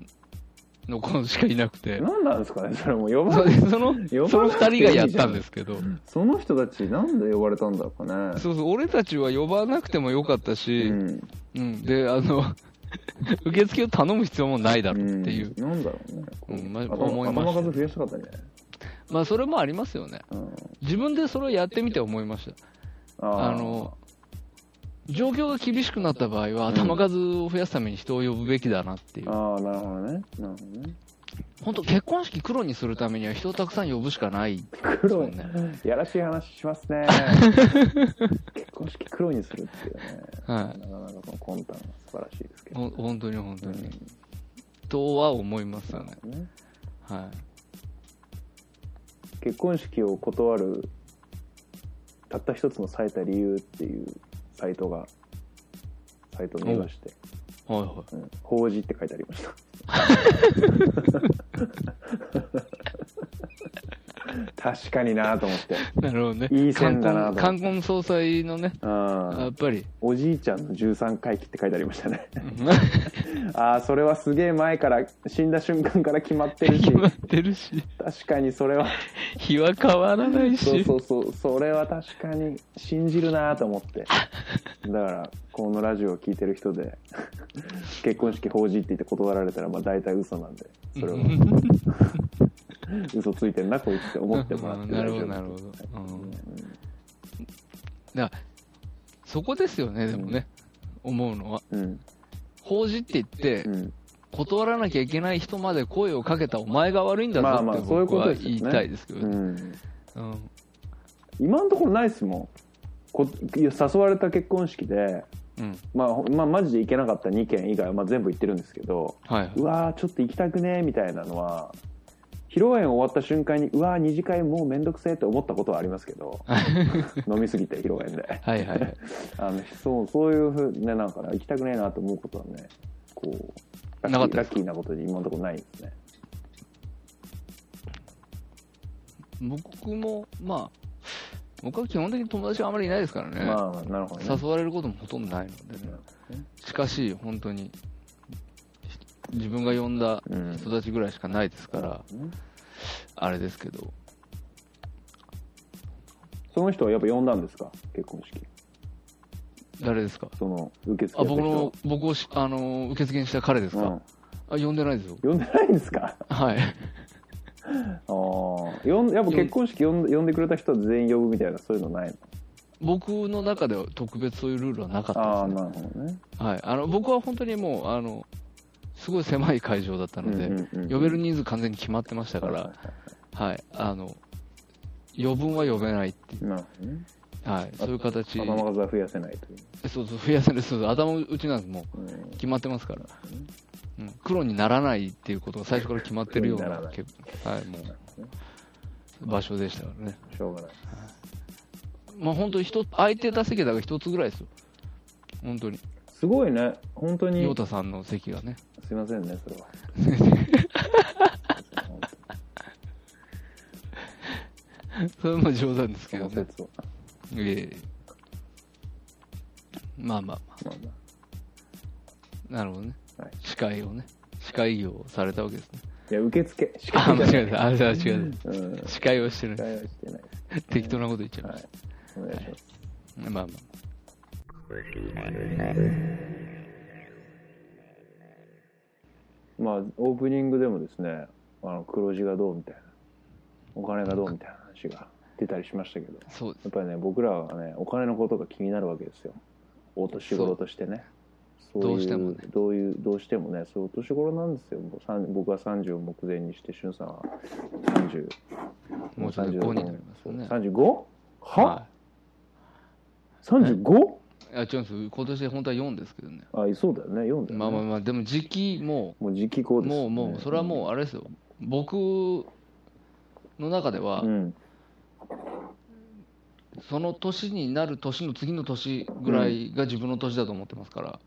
の子しかいなくて、
何なんですかねそれもう呼ば
そ
れ
その、
よ
その二人がやったんですけど、
その人たちなんで呼ばれたんだろうかね
そうそう、俺たちは呼ばなくてもよかったし、
う
うん、
ん
で、あの、 受付を頼む必要もないだろうっていう、
んなんだろうねこ
うんま
頭
思いました
頭数増やしたかったんじゃない
まあそれもありますよね。
うん
自分でそれをやってみて思いました。
あ
あの、状況が厳しくなった場合は、頭数を増やすために人を呼ぶべきだなっていう。
ああなるほどねなるほどね
本当結婚式黒にするためには人をたくさん呼ぶしかない。
黒
そうね
やらしい話します ね結婚式黒にするっていうね
は
なかなかこの魂胆が素晴らしいですけ
い。
ど
ほん本当に本当
うん
に。とは思いますよね。
ね
はい。
結婚式を断るたった一つの冴えた理由っていうサイトがサイトを見まして
はいは
「うん法事」って書いてありました確かになと思って
い。なるほどね。
いい線だなと
冠婚冠婚葬祭のね、や
あ
っぱり。
おじいちゃんの13回忌って書いてありましたねああそれはすげえ前から死んだ瞬間から決まってるし
決まってるし、
確かにそれは
日は変わらないし。
そうそう そうそれは確かに信じるなと思ってだからこのラジオを聞いてる人で結婚式法事って言って断られたらまあ大体嘘なんでそ れは嘘ついてんなこいつって思ってもらって
な
大
る
丈
ほど、
夫
なるほど。うん、だからそこですよね、でもね、思うのは。
うん。
法事って言って
う、ん。
断らなきゃいけない人まで声をかけたお前が悪いんだぞ
まあまあ
って
そういう
僕
こと
は
ですよ
言
ね
いたいですけど、
うん。
うん
今のところないですもん。こ誘われた結婚式で、
うん
まあ、ほまあ、マジで行けなかった2件以外は、まあ、全部行ってるんですけど、
はいう
わー、ちょっと行きたくねーみたいなのは、披露宴終わった瞬間に、うわー、二次会もうめんどくせえって思ったことはありますけ ど、飲みすぎて、披露宴で。
はいはいはい
あのそうそういうふうねなんかね行きたくねえなと思うことはねこうラッキー
なかったで
ラ
す
ッキーなことで今のところないですね
僕もまあ僕は基本的に友達があまりいないですからね、
まあなるほどね
誘われることもほとんどないのでねしかし本当に自分が呼んだ
うん
人たちぐらいしかないですから、
うん
あれですけど
その人はやっぱ呼んだんですか結婚式
誰ですか
その受付
あ
やった
僕
人
の僕をしあの受付にした彼ですか、
うん
あ呼んでないですよ
呼んでないんですか
はい
ああ呼んやっぱ結婚式呼ん呼んでくれた人は全員呼ぶみたいなそういうのないの
僕の中では特別そういうルールはなかった
ああ
ですね
なるほどね
はい、あの僕は本当にもうあの、すごい狭い会場だったので、
うんうんうん
呼べる人数完全に決まってましたか
はいは
ら、はい、あの余分は呼べないってい
いはいなるほどね
う、はい、そういう形、
頭数は増やせないという、
そうそう増やせる、そうそう頭打ちなんです、もう
うん
決まってますから、うん、黒にならないっていうことが最初から決まってるような
黒にならない
結構はい、もう場所でしたからね、
しょうがない
まあ、本当に一つ空いてた席だから一つぐらいですよ、本当に、
すごいね本当に
陽太さんの席がね。
すいませんねそれは
それも冗談です
そ
けど
の
ね。
説は
ええまあまあ
ま
ま
あまあ
あ、なるほどね。
はい
司会をね、司会業をされたわ けですね。
いや、受付し
あ、
か
間違えた。あ、じゃあ違う。
うん。
司会をしてる
期。待はしてないで
適当なこと言っちゃい
す。は
まし
い。お願いします。
た。まあま
まあ、オープニングでもですね、あの、黒字がどうみたいな、お金がどうみたいな話が出たりしましたけど、や
あ、そうで
っぱりね、僕らはね、お金のことが気になるわけですよ。お年頃としてね。そ
う
い
どうしてもね
どういう、どうしてもね、そういうお年頃なんですよ。もう三僕は30を目前にして、しゅんさんは30。
す。もうちょっと
30
5になりますね。
35? は
は
?35?
い。あ、違うんです。今年で本当は4ですけどね。
あ、そうだよね、4だよね。
まあまあまあ、でも時期も、
もう時期こうです、
もうもう、それはもうあれですよ。僕の中では
う、ん、
その年になる年の次の年ぐらいが自分の年だと思ってますから。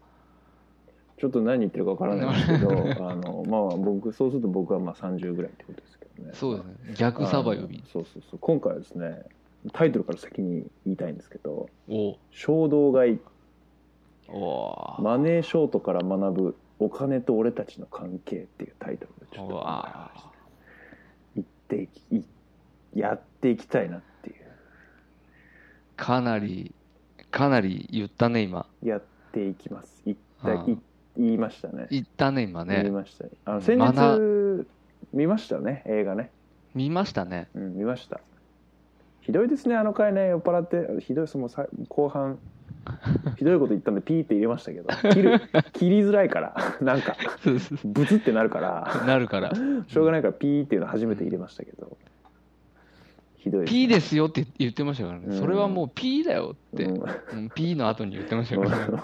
ちょっと何言ってるかわからないんですけ どあのまあ僕そうすると僕はまあ30ぐらいってことですけどね
そうですね。逆サバ呼び
あの。そうそうそう今回はですねタイトルから先に言いたいんですけど
お
「衝動買い
おー
マネーショートから学ぶお金と俺たちの関係」っていうタイトルでちょっ
う
と
わー
言っていきいやっていきたいなっていう
かなりかなり言ったね今
やっていきます言った
ああ
い言いましたね
言ったね今
言い
ね
ましたねあの
うん
先
まだ
日見ましたね映画ね
見ましたね
うん、見ました。ひどいですね、あの回ね、酔っ払って、ひどいです、もうさ後 半、ひどいこと言ったんで、ピーって入れましたけど、切る切りづらいから、 なんか、ブツってなるから、
なるから
しょうがないから、ピーっていうの初めて入れましたけど、ひどい
P ですよって言ってましたから
う
ね
ん
それはもう P だよって、
う
うんん P の後に言ってましたからね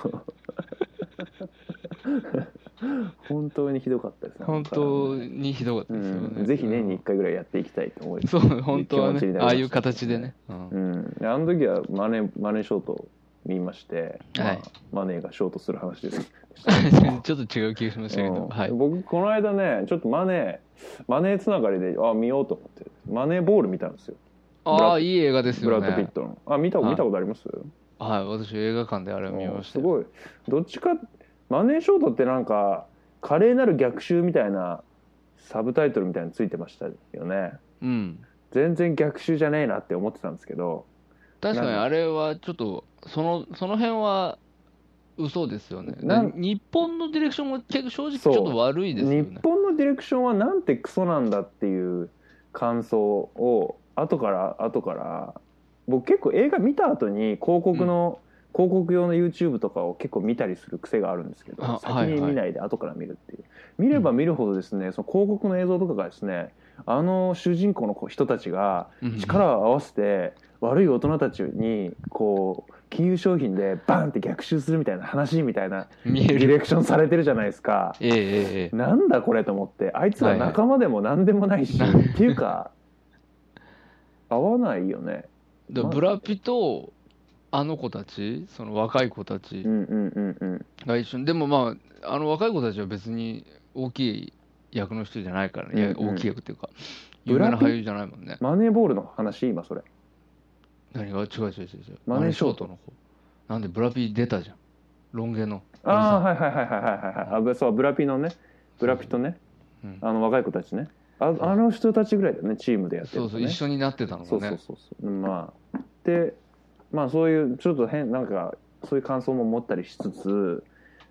本当にひどかったですね、
本当にひどかったですよね、
うん、ぜひ年に1回ぐらいやっていきたいと思います。
そう本当は
気持ちに
ね
なりまし
あ
た
あいう形でね、うん
うん、であの時はマネマネーショートを見まして、まあ
はい
マネーがショートする話です
ちょっと違う気がしましたけど、
うん
はい
僕この間ねちょっとマネーマネーつながりであ見ようと思ってマネーボール見たんですよ
ああいい映画です
ブラ
よ
ッド・ピッ
ね
トのあ見た
はい
見たことあります、
はい私映画館であれを見ました
す
よ
ごいどっちかマネーショートってなんか華麗なる逆襲みたいなサブタイトルみたいについてましたよね
うん
全然逆襲じゃねえなって思ってたんですけど
確かにあれはちょっとそのその辺は嘘ですよねで
なん
日本のディレクションも結構正直ち
そ
ょ
う
っと悪いですよね
日本のディレクションはなんてクソなんだっていう感想を後から後から僕結構映画見た後に広告の、広告用の YouTube とかを結構見たりする癖があるんですけど
あ
先に見ないで後から見るっていう、見れば見るほどですねその広告の映像とかがですねあの主人公の子人たちが
うん
力を合わせて悪い大人たちにこう金融商品でバンって逆襲するみたいな話みたいな
見え
ディ
る。
レクションされてるじゃないですか。
えええええ
なんだこれと思ってあいつら仲間でも何でもないし、
はいはい
っていうか合わないよね
えだからブラピと、あの子たち、その若い子たち
うんうんうんうん
が一緒に、でもまあ、あの若い子たちは別に大きい役の人じゃないからね、いや
うんうん
大きい役っていうか、有
ブ
名
ラピ
な俳優じゃないもんね。
マネーボールの話今それ
何が違う違う違う違う。
マネーショート
マネの子。なんでブラピ出たじゃん。ロン毛の。
ああ
おじ
はいはいはいはいはいはいあぶそうブラピのねブラピとね
さんうん
あの若い子たちねああの人たちぐらいだよねチームでやってる
そ
の
う
ね
そう、一緒になってたの
そう
も
そう
ね。
そうそうまあでまあそういうちょっと変なんかそういう感想も持ったりしつつ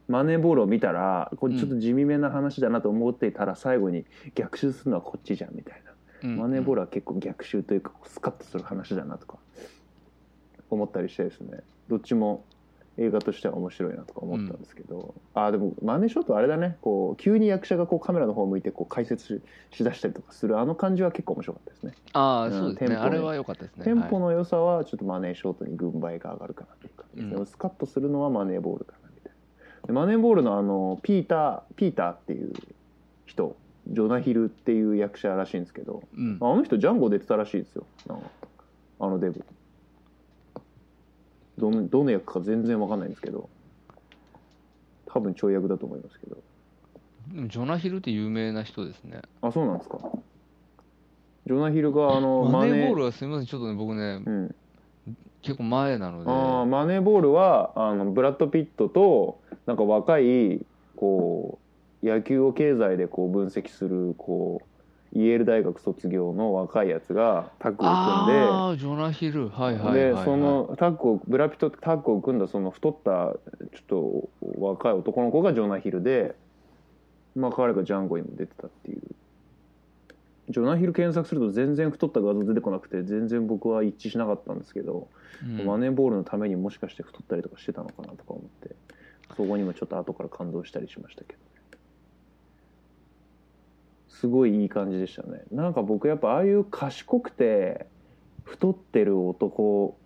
マネーボールを見たらこれちょっと地味めな話だなと思っていたら最後に逆襲するのはこっちじゃんみたいな、
うん
マネーボールは結構逆襲というかスカッとする話だなとか思ったりしてですねどっちも映画としては面白いなとか思ったんですけど、ああでもマネーショットあれだねこう急に役者がこうカメラの方向いてこう解説ししだしたりとかするあの感じは結構面白かったですね
ああ、
うん
そうです
テ
ね。
ンポ
あれは良かったですね。
テンポ
はい
の良さはちょっとマネーショートに軍配が上がるかなという感じですね、
うん
スカッとするのはマネーボールかなみたいなでマネーボールのあのピーターピーターっていう人ジョナヒルっていう役者らしいんですけど
うん
あ。の人ジャンゴ出てたらしいですよなんかあのデブどのどの役か全然わかんないんですけど多分跳役だと思いますけど
でもジョナヒルって有名な人ですね。
あそうなんですかジョナヒルがあの
マ
マ
ネ
ネ
ーボ
ー
ールはすみません、ちょっとね、僕ね、
うん
結構前なので、
あーマネーボールはあのブラッド・ピットとなんか若いこう野球を経済でこう分析するこうイェール大学卒業の若いやつがタッグを
あージョナヒル、はい
組ん
はい
で、
はい、は
で
い。
そのタッグをブラピとタッグを組んだその太ったちょっと若い男の子がジョナヒルで、まあ、彼がジャンゴにも出てたっていう。ジョナヒル検索すると全然太った画像出てこなくて全然僕は一致しなかったんですけど、
うん
マネーボールのためにもしかして太ったりとかしてたのかなとか思ってそこにもちょっと後から感動したりしましたけどすごいいい感じでしたねなんか僕やっぱああいう賢くて太ってる男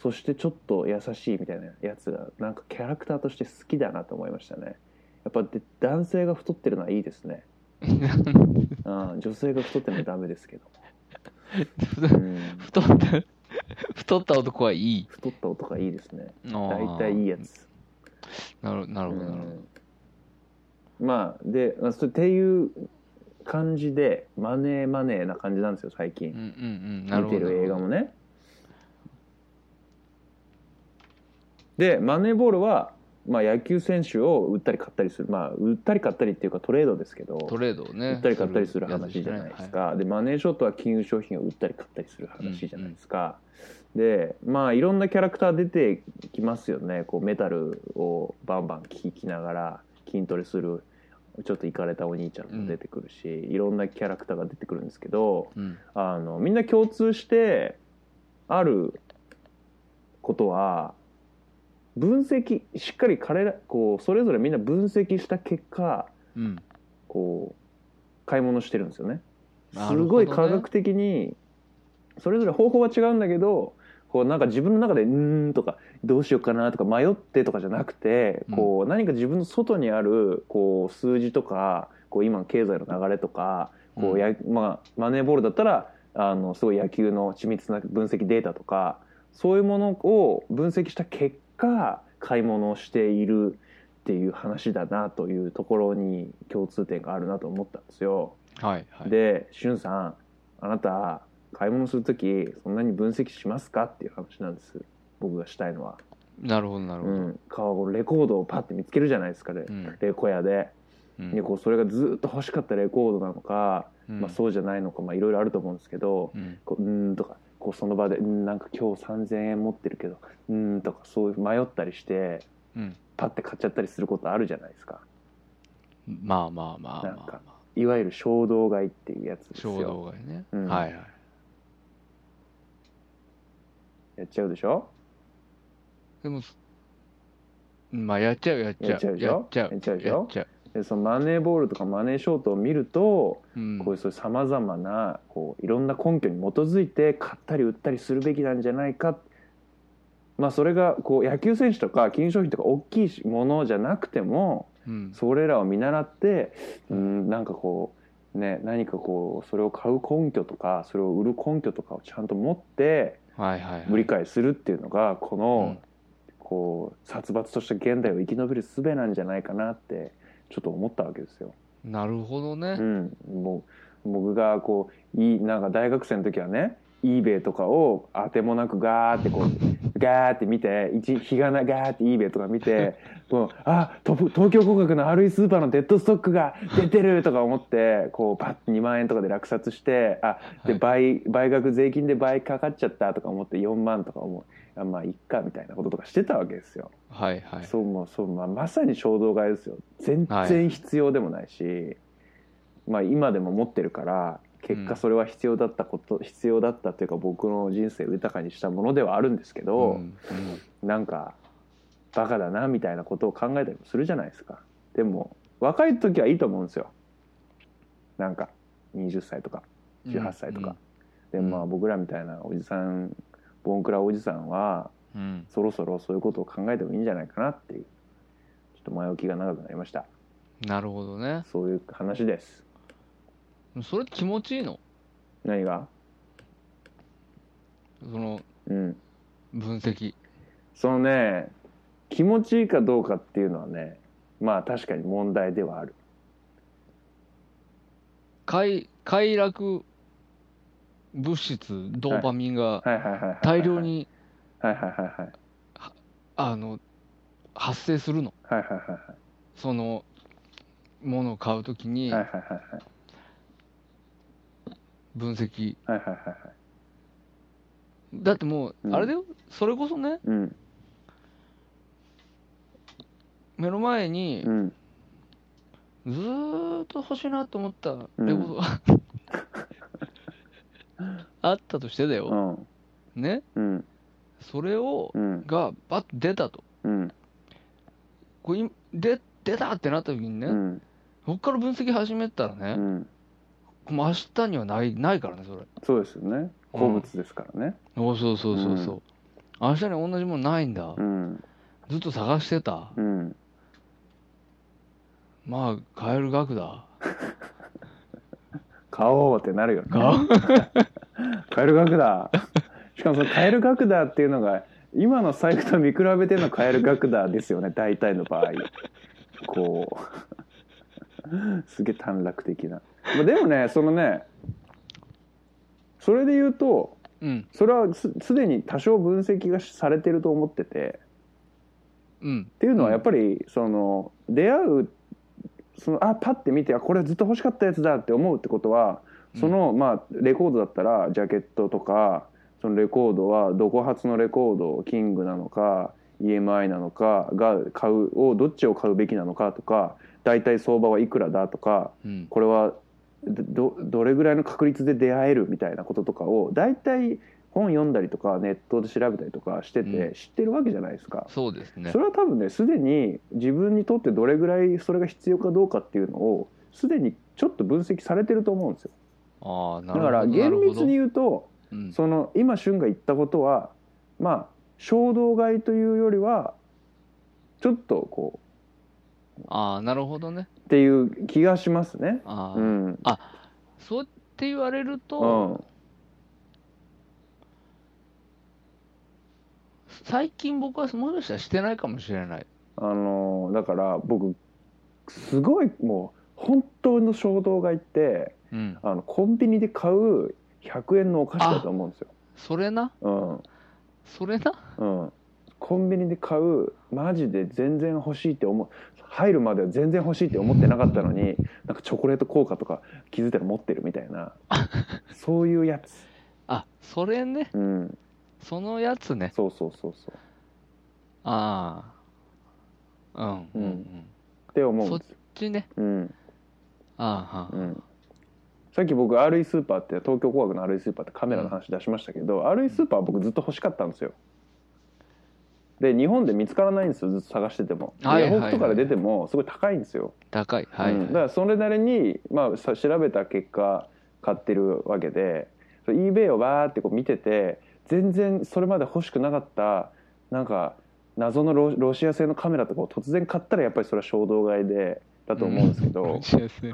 そしてちょっと優しいみたいなやつがなんかキャラクターとして好きだなと思いましたねやっぱで男性が太ってるのはいいです ね、うん、女性が太ってるのはダメですけど、うん、
太った、 太った男はいい。
太った男はいいですね
あ
大
ー
体いいやつ
なるなるほど、なるほど。
まあでまあそっていう感じでマネーマネーな感じなんですよ最
うんう
近、
んうん、なる
見
ほど。
てる映画もねでマネーボールは、まあ、野球選手を売ったり買ったりするまあ売ったり買ったりっていうかトレードですけど
トレードをね。
売ったり買ったりする話じゃないですか、でマネーショットは金融商品を売ったり買ったりする話じゃないですか、でまあいろんなキャラクター出てきますよねこうメタルをバンバン聴きながら筋トレするちょっといかれたお兄ちゃんも出てくるし、いろんなキャラクターが出てくるんですけど
はい。うん。
あのみんな共通してあることは分析しっかり彼らこうそれぞれみんな分析した結果
うん。
こう買い物してるんですよね
な
す
るほどね
ごい科学的にそれぞれ方法は違うんだけどこうなんか自分の中で「うーん」とか「どうしようかな」とか「迷って」とかじゃなくてこう何か自分の外にあるこう数字とかこう今の経済の流れとかこ
う
うんや、まあ、マネーボールだったらあのすごい野球の緻密な分析データとかそういうものを分析した結果買い物をしているっていう話だなというところに共通点があるなと思ったんですよ。
はいはい。
で、しゅんさん、あなた、買い物するとき、そんなに分析しますかっていう話なんです。僕がしたいのは。
なるほど、なる
う
ほど。
ん。顔、レコードをパッて見つけるじゃないですか、ね
うん
レコ屋で。
うん
で、こう、それがずっと欲しかったレコードなのか、
うん
まあそうじゃないのか、まあいろいろあると思うんですけど、
うん
こう、うーんとか、こう、その場で、うん、なんか今日3000円持ってるけど、うーんとか、そういう迷ったりして、
うん。
パッて買っちゃったりすることあるじゃないですか。
まあまあまあまあ、
なん
ま
か
あ。
いわゆる衝動買いっていうやつですよ。
衝動買いね、
うん
はいはい
やっちゃうでしょ
でもまあ、やっちゃう、やっちゃう。
やっちゃうでしょ
やっちゃう。
やっちゃうでしょ
やっちゃう。
でそのマネーボールとかマネーショートを見ると、
うん。
こういうそういうさまざまなこういろんな根拠に基づいて買ったり売ったりするべきなんじゃないか、まあ、それがこう野球選手とか金融商品とか大きいものじゃなくても
うん。
それらを見習ってうんなんかこうね何かこうそれを買う根拠とかそれを売る根拠とかをちゃんと持って
はいはいはい。
無理解するっていうのがこの
う
こう殺伐とした現代を生き延びる術なんじゃないかなってちょっと思ったわけですよ。
んなるほどね
う。ん、もう僕がこういいなんか大学生の時はね eBay とかをあてもなくガーってこうガーって見て一日がなガーって eBay とか見てこうあトップ東京広角の RE スーパーのデッドストックが出てるとか思ってこうパッて2万円とかで落札してあで倍倍額税金で倍かかっちゃったとか思って4万とか思うあまあいっかみたいなこととかしてたわけですよ。
はいはい。
そうもうそう、まあ、まさに衝動買いですよ全然必要でもないし、まあ、今でも持ってるから結
うん
果それは必要だったこと、必要だったというか僕の人生を豊かにしたものではあるんですけど、
んうん
なんかバカだなみたいなことを考えたりもするじゃないですかでも若い時はいいと思うんですよなんか20歳とか18歳とか、
うん
でまあ僕らみたいなおじさんボンクラおじさんは
うん。うん
そろそろそういうことを考えてもいいんじゃないかなっていうちょっと前置きが長くなりました
なるほどね。
そういう話です
それ気持ちいいの
何が
その
うん
分析。
そのね気持ちいいかどうかっていうのはねまあ確かに問題ではある
快快楽物質、ドーパミンが
はいはいはいはいはい
大量に
はいはいはいはい
あの発生するの。
はいはいはい
そのものを買うときに
はいはいはい
分析。
はいはいはいはいはい
だっても
う
う、
ん
あれだよ、それこそね、
うん
目の前に
うん
ずーっと欲しいなと思ったレコードがあったとしてだ
う
よ。
ん
ね。
うん
それを
う、ん
がバッと出たと。
うん
こういで出たってなった時にね、
うん
こっから分析始めたら
う
ね、
ん
もう明日にはないないからね、それ。
そうですよね好物ですからね
おそうそうそうそう。明日には同じものないんだ。
うん
ずっと探してた。
うん
まあ、買える額だ。
買おうってなるよね
買う
買える額だしかもその買える額だっていうのが今の財布と見比べての買える額だですよね大体の場合こう すげえ短絡的なまあでもねそのねそれで言うと
うん、
それはすすでに多少分析がされてると思ってて
うん
っ。ていうのはやっぱりその出会うそのあパッて見てあこれずっと欲しかったやつだって思うってことはその、まあレコードだったらジャケットとかそのレコードはどこ発のレコードキングなのか EMI なのかが買うをどっちを買うべきなのかとか大体相場はいくらだとか
うん。
これはどどれぐらいの確率で出会えるみたいなこととかを大体本読んだりとかネットで調べたりとかして
う
て知ってるわけじゃないですか。
そうですね
そ。れは多分ねすでに自分にとってどれぐらいそれが必要かどうかっていうのをすでにちょっと分析されてると思うんですよ
ああ、な
だ
るほ
から
ど。
厳密に
なる
言うと
ほど、うん、
その今旬が言ったことはまあ衝動買いというよりはちょっとこう
ああ、なるほどね。
っていう気がしますね
ああ、
うん
そうって言われる
う
と、
ん
最近僕はもしかしたらしてないかもしれない。
あのーだから僕すごいもう本当の衝動買いって
うん。
あのコンビニで買う100円のお菓子だと思うんですよ
それな、
うん
それな。
うん、コンビニで買うマジで全然欲しいって思う入るまでは全然欲しいって思ってなかったのに なんかチョコレート効果とか気づいたら持ってるみたいな そういうやつ、
あ、それね。
うん、
そのやつね。
そうそうそうそう
ああ。うん。うん。う
うん
ん。
って思うん
そっ
ですよ、
ちね。
うん
ああ、
う
はあ
ん、さっき僕 RE スーパーって東京工学の RE スーパーってカメラの話出しましたけど、RE スーパーは僕ずっと欲しかったんですよで日本で見つからないんですよずっと探してても、で
はいはいはい
ヤフオクとかで出てもすごい高いんですよ、
高い。はい、
うんだからそれなりに、まあ、さ調べた結果買ってるわけでそれ eBay をバーってこう見てて全然それまで欲しくなかったなんか謎のロロシア製のカメラとかを突然買ったらやっぱりそれは衝動買いでだと思うんですけど、
幸せ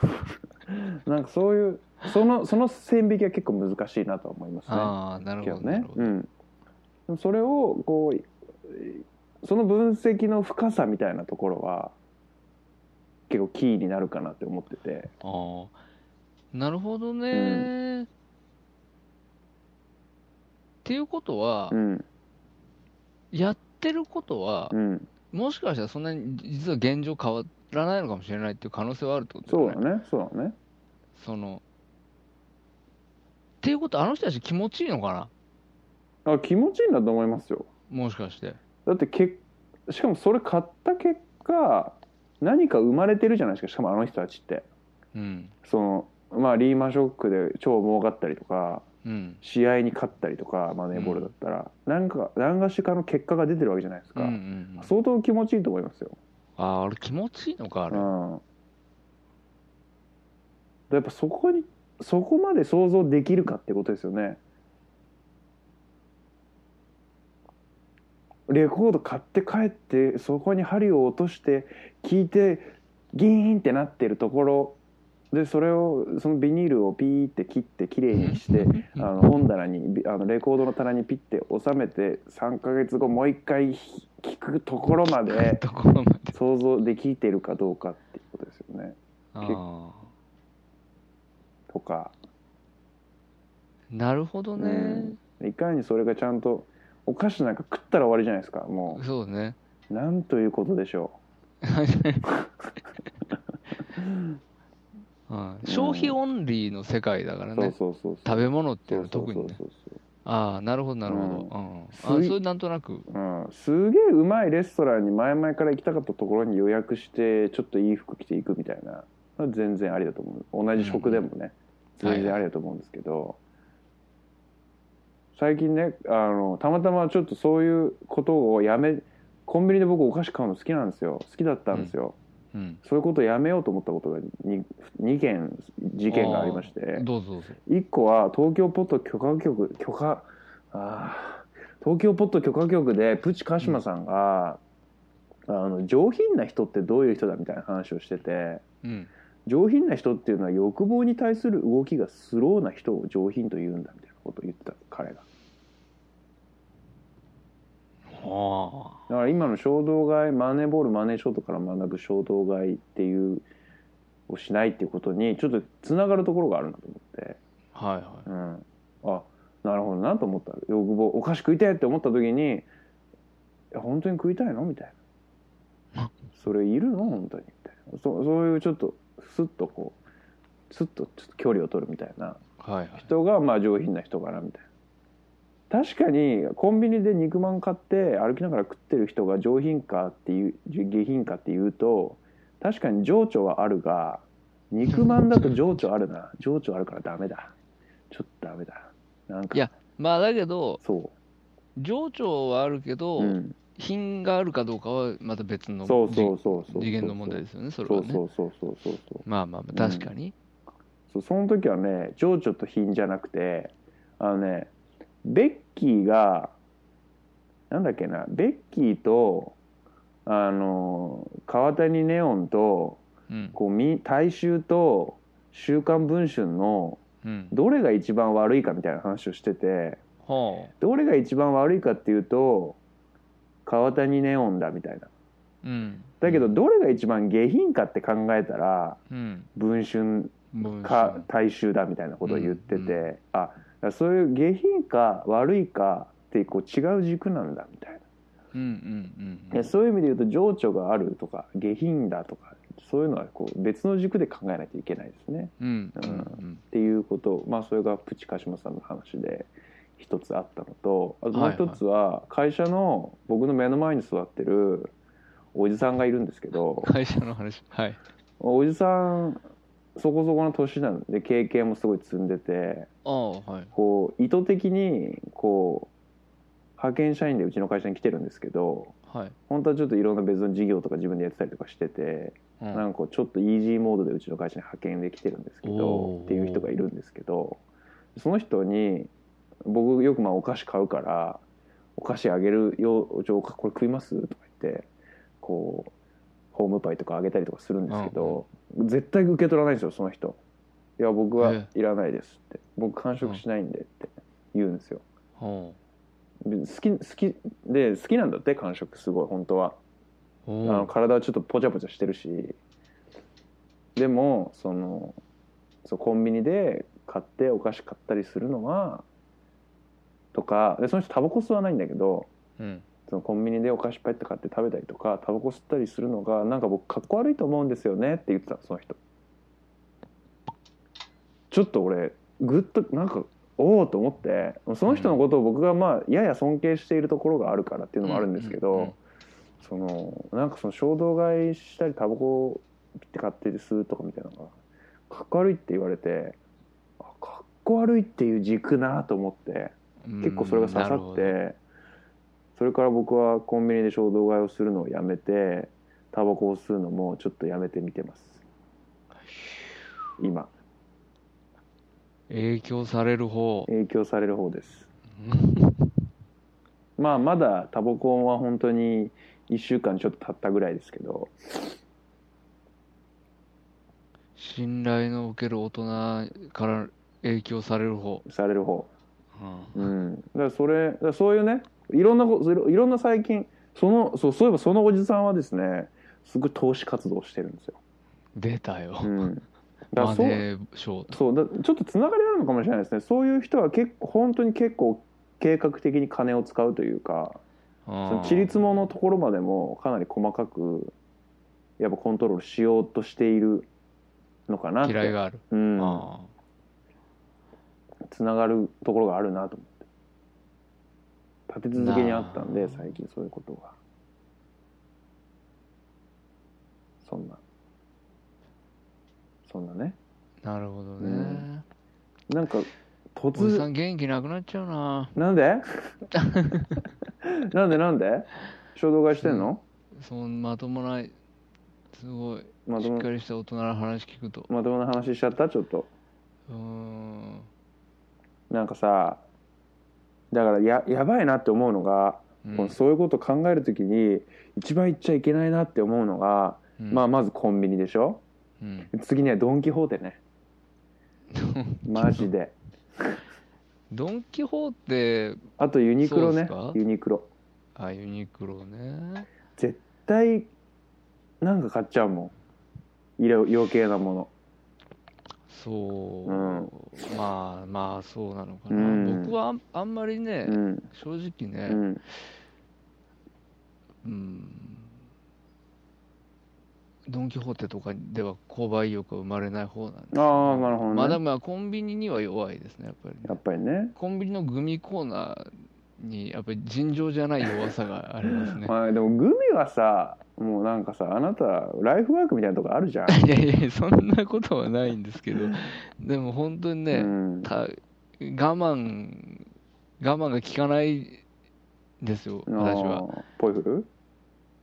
なんかそういうそのその線引きは結構難しいなとは思いますね。
ああ、なる
けど
ほど。な
ね
るほ。ど
うん、でもそれをこうその分析の深さみたいなところは結構キーになるかなって思ってて、
ああなるほどね、
う
っていうことは、
うん
やってることは
う、ん、
もしかしたらそんなに実は現状変わらないのかもしれないっていう可能性はあるってことだ
そ
よ
う
ね。
だねそうだね
そのっていうことあの人たち気持ちいいのかな
あ気持ちいいんだと思いますよ
もしかして。
だってけしかもそれ買った結果何か生まれてるじゃないですかしかもあの人たちって
うん。
そのまあリーマンショックで超儲かったりとか
うん。
試合に勝ったりとかマネーボールだったら、なんか何かしらの結果が出てるわけじゃないです
う
か、
んうんうん、
相当気持ちいいと思いますよ
あああれ気持ちいいのかあれ。
うん、やっぱそこにそこまで想像できるかってことですよねレコード買って帰ってそこに針を落として聞いてギーンってなってるところでそれをそのビニールをピーって切ってきれいにしてあの本棚にびあのレコードの棚にピッて収めて3ヶ月後もう一回聞くところまで
ところまで。
想像できているかどうかっていうことですよね
ああ
とか
なるほどね。
いかにそれがちゃんとお菓子なんか食ったら終わりじゃないですかも
そうね。
うなんということでしょ
はい消費オンリーの世界だから
う、
ね、
そうそうそうそう
食べ物っていうのは
そう
特にね。
そうそう
ああ、なるほど、なるほど。うん
ス
あ
イ
それなんとなく、
そううん、すげえうまいレストランに前々から行きたかったところに予約してちょっといい服着ていくみたいな全然ありだと思う同じ食でもね、
うん
全然ありだと思うんですけど、最近ねあのたまたまちょっとそういうことをやめコンビニで僕お菓子買うの好きなんですよ好きだったんですよ、
うん、
そういうことをやめようと思ったことが 2, 2件事件がありまして
どうぞどうぞ。
1個は東京ポット許可局許可あー東京ポット許可局でプチ鹿島さんが、あの上品な人ってどういう人だみたいな話をしてて
うん、
上品な人っていうのは欲望に対する動きがスローな人を上品と言うんだみたいなことを言ってた彼が
あ
だから今の衝動買いマネーボールマネーショートから学ぶ衝動買いっていうをしないっていうことにちょっとつながるところがあるなと思って、
あ、はいは。
うん、あなるほどなと思った欲望お菓子食いたいって思った時にいや本当に食いたいのみたい なそれいるの本当にみたいなそそういうちょっとスッとこうスッとちょっと距離を取るみたいない
はいはい。
人がまあ上品な人かなみたいな確かにコンビニで肉まん買って歩きながら食ってる人が上品かっていう下品かっていうと確かに情緒はあるが肉まんだと情緒あるな情緒あるからダメだちょっとダメだなんか
いやまあだけど、
そ
情緒はあるけ
う、
ど、
うん、
品があるかどうかはまた別の
そうそうそうそうそう
次元の問題ですよね、それ
そ
は
う
ね。
そうそうそうそうそう
まあまあまあ、確かに。
そうその時はね情緒と品じゃなくてあのねベッキーがなんだっけなベッキーとあの川谷ネオンと
うん。
こうみ大衆と「週刊文春」の
うん。
どれが一番悪いかみたいな話をしてて
は
どれが一番悪いかっていうと川谷ネオンだみたいな。
あ。うん。
だけど、どれが一番下品かって考えたら
うん。
文春
文
か
章
大衆だみたいなことを言ってて、
うんう
あだからそういう下品か悪いかってこう違う軸なんだみたいな、
うんうんうん
でそういう意味で言うと情緒があるとか下品だとかそういうのはこう別の軸で考えないといけないですね
うん。うんうん
っていうことまあそれがプチ鹿島さんの話で一つあったのとあともう一つは会社の僕の目の前に座ってるおじさんがいるんですけど
うん。会社の話。はい。
おじさんそこそこの年なんで経験もすごい積んでて
ああ、はい。
こう意図的にこう派遣社員でうちの会社に来てるんですけど
はい。
本当はちょっといろんな別の事業とか自分でやってたりとかしてて、
うん
なんかこうちょっとイージーモードでうちの会社に派遣できてるんですけ
お
ど
ー
っていう人がいるんですけどその人に僕よくまあお菓子買うからお菓子あげるよちょおかこれ食いますとか言ってこうホームパイとかあげたりとかするんですけど、絶対受け取らないんですよその人いや僕
え
はいらないですって僕完食しないんでって言うんですよ
ほ
好き好きで好きなんだって完食すごい本当は
う
あの
ほ
体はちょっとポチャポチャしてるしでもそのそうコンビニで買ってお菓子買ったりするのはとかでその人タバコ吸わないんだけど
う。うん。
そのコンビニでお菓子パイって買って食べたりとかタバコ吸ったりするのがなんか僕かっこ悪いと思うんですよねって言ってたのその人ちょっと俺ぐっとなんかおおと思ってその人のことを僕がまあやや尊敬しているところがあるからっていうのもあるんですけど、
うんうんうん
そのなんかその衝動買いしたりタバコをピッて買って吸うとかみたいなのがかっこ悪いって言われてあかっこ悪いっていう軸なと思って。結構それが刺さ
うん
っ
なる
てそれから僕はコンビニで衝動買いをするのをやめてタバコを吸うのもちょっとやめてみてます今
ほど影響される方。
影響される方ですまあまだタバコは本当に1週間ちょっと経ったぐらいですけど
信頼の受ける大人から影響される方。
される方
うん
うんだからそれだからそういうねいろんなこといろいろんな最近そのそうそういえばそのおじさんはですねすごい投資活動をしてるんですよ、
出たよ。
うん、だから
マ
そう
ネーショーと。
そうだちょっとつながりあるのかもしれないですねそういう人は結構本当に結構計画的に金を使うというかその
そ
自立ものところまでもかなり細かくやっぱコントロールしようとしているのかなって
嫌いがある。
うん、
あ
つながるところがあるなと思って立て続けにあったんで
なあ
最近そういうことがそんなそんなね
あなるほど
う
ね
ん。なんか突
おじさん元気なくなっちゃうな。
なん でなんでなんで衝動買いしてんの、
そのまともない、すごい、
ま
し
と
っ
も
かりした大人の話聞くと。
まともな話しちゃったちょっと
うーん。
なんかさだからややばいなって思うのが、このそういうこと考えるときに一番言っちゃいけないなって思うのが、まあ
あ、
まずコンビニでしょ
うん
次にはドン・キホーテねマジで
ドン・キホーテ、
あとユニクロね
そうっすか
ユニクロ
あ、ユニクロね。
絶対なんか買っちゃうもん色余計なもの
そう、
うん
まあまあそうなのかな、
うん
僕はあんあんまりね、
うん
正直
う
ね、
ん
うんドン・キホーテとかでは購買意欲は生まれない方なんですけ
ああなるほどね
まだまだコンビニには弱いですねやっぱりね、
やっぱりね
コンビニのグミコーナーにやっぱり尋常じゃない弱さがありますね
まあでもグミはさもうなんかさあなたライフワークみたいなとこあるじゃん、
いやいやそんなことはないんですけどでも本当にね、
うん、
た我慢我慢が効かないですよ私は
あーポイフ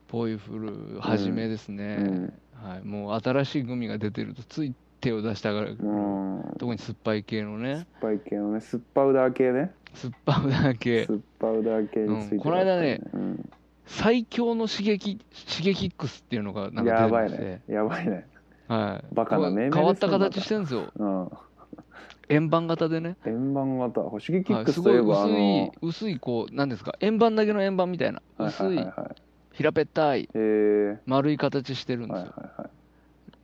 ポイフルはじめです
ル、
ね、はい、もう新しいグミが出てるとつい手を出したがる、
うん、うん、
特に酸っぱい系
酸
の
っ
ね
ぱい系のね酸っパウダー系ね
酸っぱいだけ
酸っパウダー系について
うんこの間ね
うん
最強の刺激刺激ックスっていうのがなんか
や
出て
ば
ま
い
して、
ねやばいね
はい、
バカな命名ですね
変わった形してるんですよ
うん
円盤型でね、
円盤型星木キッ
はい、
ク
す
スと
ごい
いえ
薄
ば、
い薄いこう何ですか円盤だけの円盤みたいな
あの
薄
はいははは
平べったい
えー
丸い形してるんです
はい
よ、
はいは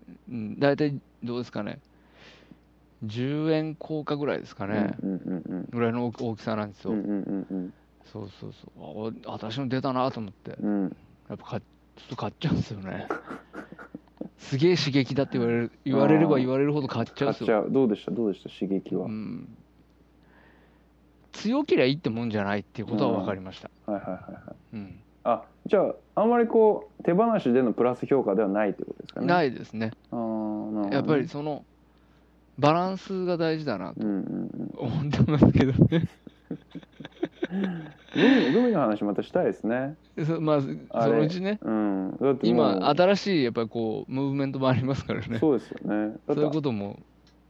い
うん、大体どうですかね、10円硬貨ぐらいですかね、
うんうんうん
ぐらいの大き大きさなんですよ、
うんうんうんうん
そうそうそう、あお私の出たなと思って、
うんうん
やっぱ買っちょっと買っちゃうんですよね、すげえ刺激だって言われる言われれば言われるほど買っちゃう
買っ
んです
ち
よ、
ゃうどうでしたどうでした刺激は、
うん、強けりゃいいってもんじゃないっていうことは分かりました、
はいはいはいはい
うん
あじゃああんまりこう手放しでのプラス評価ではないということですかね
ないいですね、
あーなるほどね
やっぱりそのバランスが大事だなと
うんうんうん
思ってますけどね。
グミグミの話またしたいですね
そ まあ、そ
あれ
のうちね、
うんだってもう
今、新しい、やっぱりこう、ムーブメントもありますからね。
そうですよねだ
そういう
っ
こ
て
とも、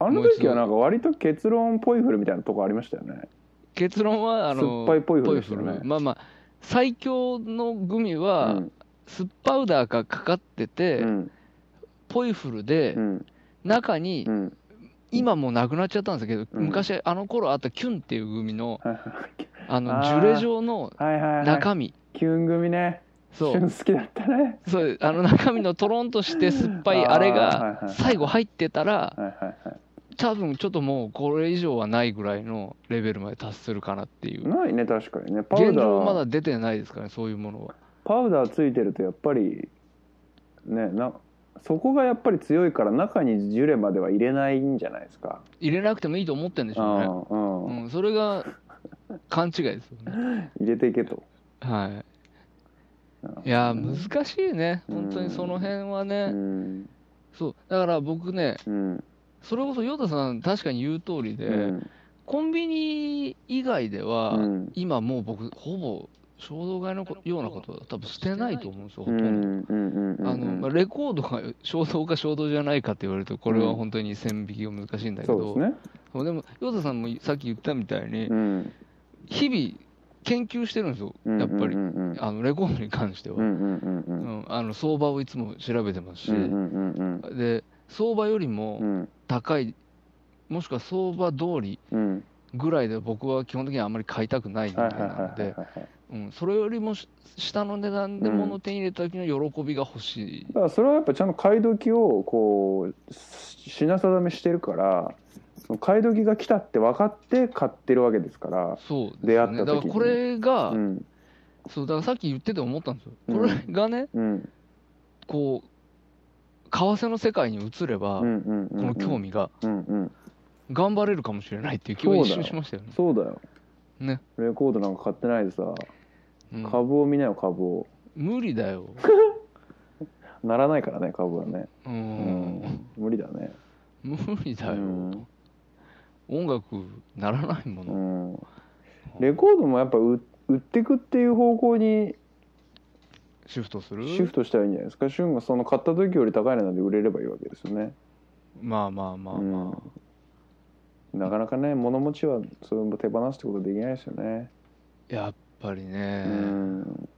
あの時はなんか割と結論ポイフルみたいなとこありましたよね
結論は、あ
酸
の、
っぱいポイフルでしたよね
ポイフルまあまあ、最強のグミは、
うん
スッパウダーがかかってて、
うん
ポイフルで、
うん
中に、
うん
今もうなくなっちゃったんですけど、
うん
昔、あの頃あったキュンっていうグミの、
はい
あの
あ
ジ
ー
ュレ状の
はいはいは
中身、
いキュン組ね
そ
キュ
う
ン好きだったね
そうあの中身のとろんとして酸っぱい
あー
あれ
はいはい
が
はい
最後入ってたら、
はいはいはい
多分ちょっともうこれ以上はないぐらいのレベルまで達するかなっていう、
ないね確かにねパウ
現
ダ
状
ー
まだ出てないですからね、そういうものは。
パウダーついてるとやっぱりねなそこがやっぱり強いから中にジュレまでは入れないんじゃないですか、
入れなくてもいいと思ってるんでし
う
ょうね。
んうん
うん、それが勘違いですよね。
入れていけと
はい、いやー、難しいね、本当にその辺はね、
うん
そうだから僕ね、
うん
それこそヨタさん、確かに言う通りで、
うん
コンビニ以外では、
うん
今もう僕、ほぼ衝動買いのこようなことは多分してないと思うんですよ、ほ
う
と
んうん
ど。
うんうん
あのまあ、レコードが衝動か衝動じゃないかって言われると、これは本当に線引きが難しいんだけ
そ
ど、
うですね
そうでも、ヨタさんもさっき言ったみたいに、
うん
日々、研究してるんですよ、
うん
やっぱり、
うんうん
あのレコードに関しては、
うんうんうんう
うんんあの。相場をいつも調べてますし、
うんうんうん
で相場よりも
うん
高い、もしくは相場通り
うん
ぐらいで僕は基本的にはあんまり買いたくないみた
はいいはい
なの
はいはい
で、
はいはい
うん、それよりもし下の値段で
うん
物を手に入れた時の喜びが欲しい、
だからそれはやっぱちゃんと買い時をこうし品定めしてるからその買い時が来たって分かって買ってるわけですから
そうです
出
ね
会った時に
だからこれが、
うん
そうだからさっき言ってて思ったんですよ、
うん
これがね
うん
こう為替の世界に移れば、
うんうんうん
この興味が
うんうん
頑張れるかもしれないっていう気は一瞬しましたよね
そうだよ
ね、
レコードなんか買ってないでさ
うん
株を見なよ株を
無理だ よ、
ならないからね株はね
う、
うんん無理だね
無理だよ、
うん
音楽ならないも
う
の、
んレコードもやっぱ売売ってくっていう方向に
シフトする
シフトしたらいいんじゃないですか旬がその買った時より高いので売れればいいわけですよね
まあまあまあまあ、
うん、なかなかね物持ちはそれも手放すってことできないですよね、
やっぱりね、
うん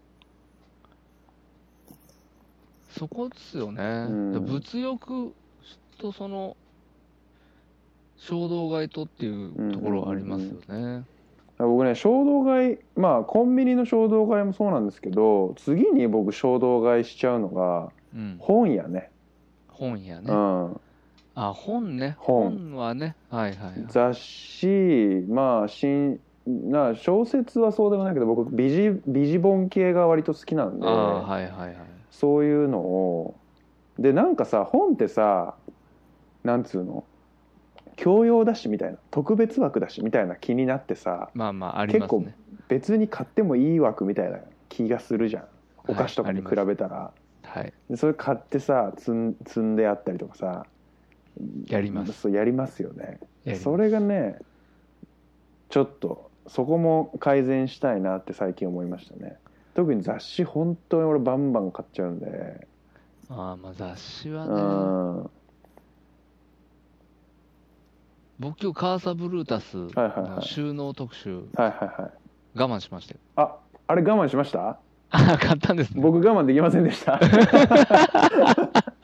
そこですよね、
ん
だから物欲とその衝動買いとっていうところはありますよね、
僕ね衝動買いまあコンビニの衝動買いもそうなんですけど次に僕衝動買いしちゃうのが
うん
本屋ね
本やね、
うん、
あ本ね
本
はねはいはいはい
雑誌まあ新な小説はそうでもないけど僕ビジビジ本系が割と好きなんで
ああはいはいはい
そういうのをでなんかさ本ってさなんつうの教養だしみたいな特別枠だしみたいな気になってさ
まあまあありますね
別に買ってもいい枠みたいな気がするじゃんお菓子とかに比べたら、
はい
でそれ買ってさ積ん積んであったりとかさ
やります
そうやりますよね
やります
それがねちょっとそこも改善したいなって最近思いましたね特に雑誌本当に俺バンバン買っちゃうんで
ああまあ雑誌は
う
ね
んはい
僕今日カーサブルータス
はいはい
の収納特集
はいはい
我慢しましたよ
ああれ我慢しました
あ買ったんですね
僕我慢できませんでした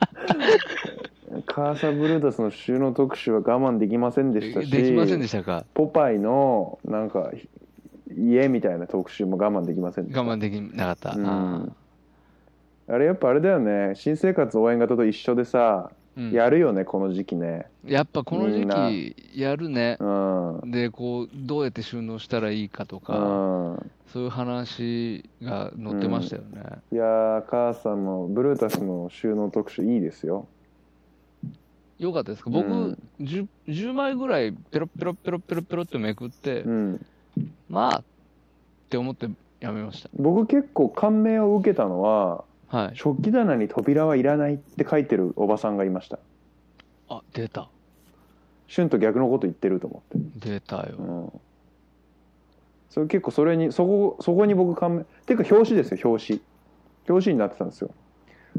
カーサブルータスの収納特集は我慢できませんでしたし
できませんでしたか
ポパイのなんかひ家みたいな特集も我慢できませんでした
我慢できなかった、
うん
あー
あれやっぱあれだよね新生活応援型と一緒でさ、
うん
やるよねこの時期ね
やっぱこの
みんな
時期やるね
うんうん
でこうどうやって収納したらいいかとかそういう話が載ってましたよね、
いやー母さんもブルータスの収納特集いいですよ
よかったですか僕、
うん
十十 10, 枚ぐらいペロペロペロペロペロってめくって、
うん
まあって思ってやめまし
僕結構感銘を受けたのは
たはい
食器棚に扉はいらないって書いてるおばさんがいました
あ出た
旬と逆のこと言ってると思って、
出たよ、
うんそれ結構それにそこそこに僕感銘ていうか表紙ですよ表紙表紙になってたんですよ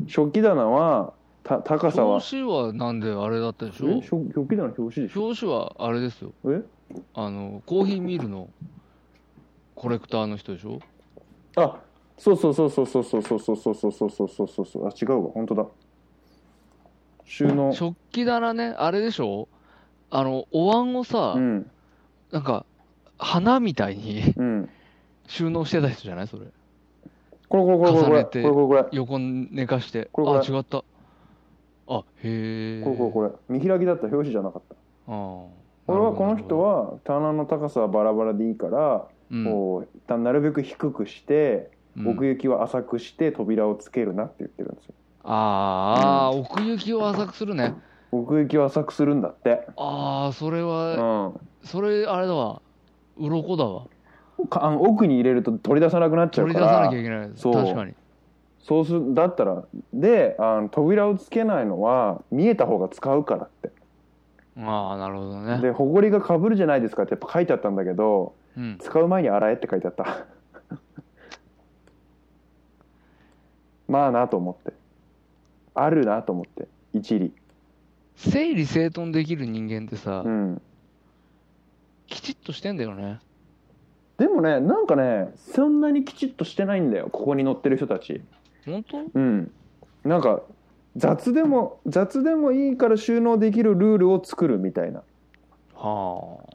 食器棚はた高さは
表紙はなんであれだったでしょ
え食食器棚の表紙でしょ
表紙はあれですよ
え
あのコーヒーミールのコレクターの人でしょ
あそうそうそうそうそうそうそうそうそうそうそうそうそうそうあ違うわ本当だ収納
食器棚ねあれでしょあのお椀をさ、
うん
なんか花みたいに
うん
収納してた人じゃないそれ
これこれこれこ
重
れ
ね
こ
て
れこれこれ
横に寝かして
これこれ
あ違ったあへえ
これこれこれ見開きだった表紙じゃなかった
あ
俺はこの人は棚の高さはバラバラでいいから、こうたなるべく低くして、奥
行
行きは浅くして扉をつけるなって言ってるんですよ
あーあー奥行きを浅くするね
奥行きは浅くするんだって、
ああそれ
う
は
ん、
それあれだわ鱗だわ
かあの奥に入れると取り出さなくなっちゃ
取
うか
り出さな
ら
きゃいけないです
そう
確かに
そうするだったらであの扉をつけないのは見えた方が使うからって
ああなるほどね
で「ほこりがかぶるじゃないですか」ってやっぱ書いてあったんだけど
うん
使う前に洗えって書いてあった まあなと思ってあるなと思って一理
整理整頓できる人間ってさ、
うん
きちっとしてんだよね
でもねなんかねそんなにきちっとしてないんだよここに乗ってる人たち
本当
うんなんか雑でも雑でもいいから収納できるルールを作るみたいな
はあ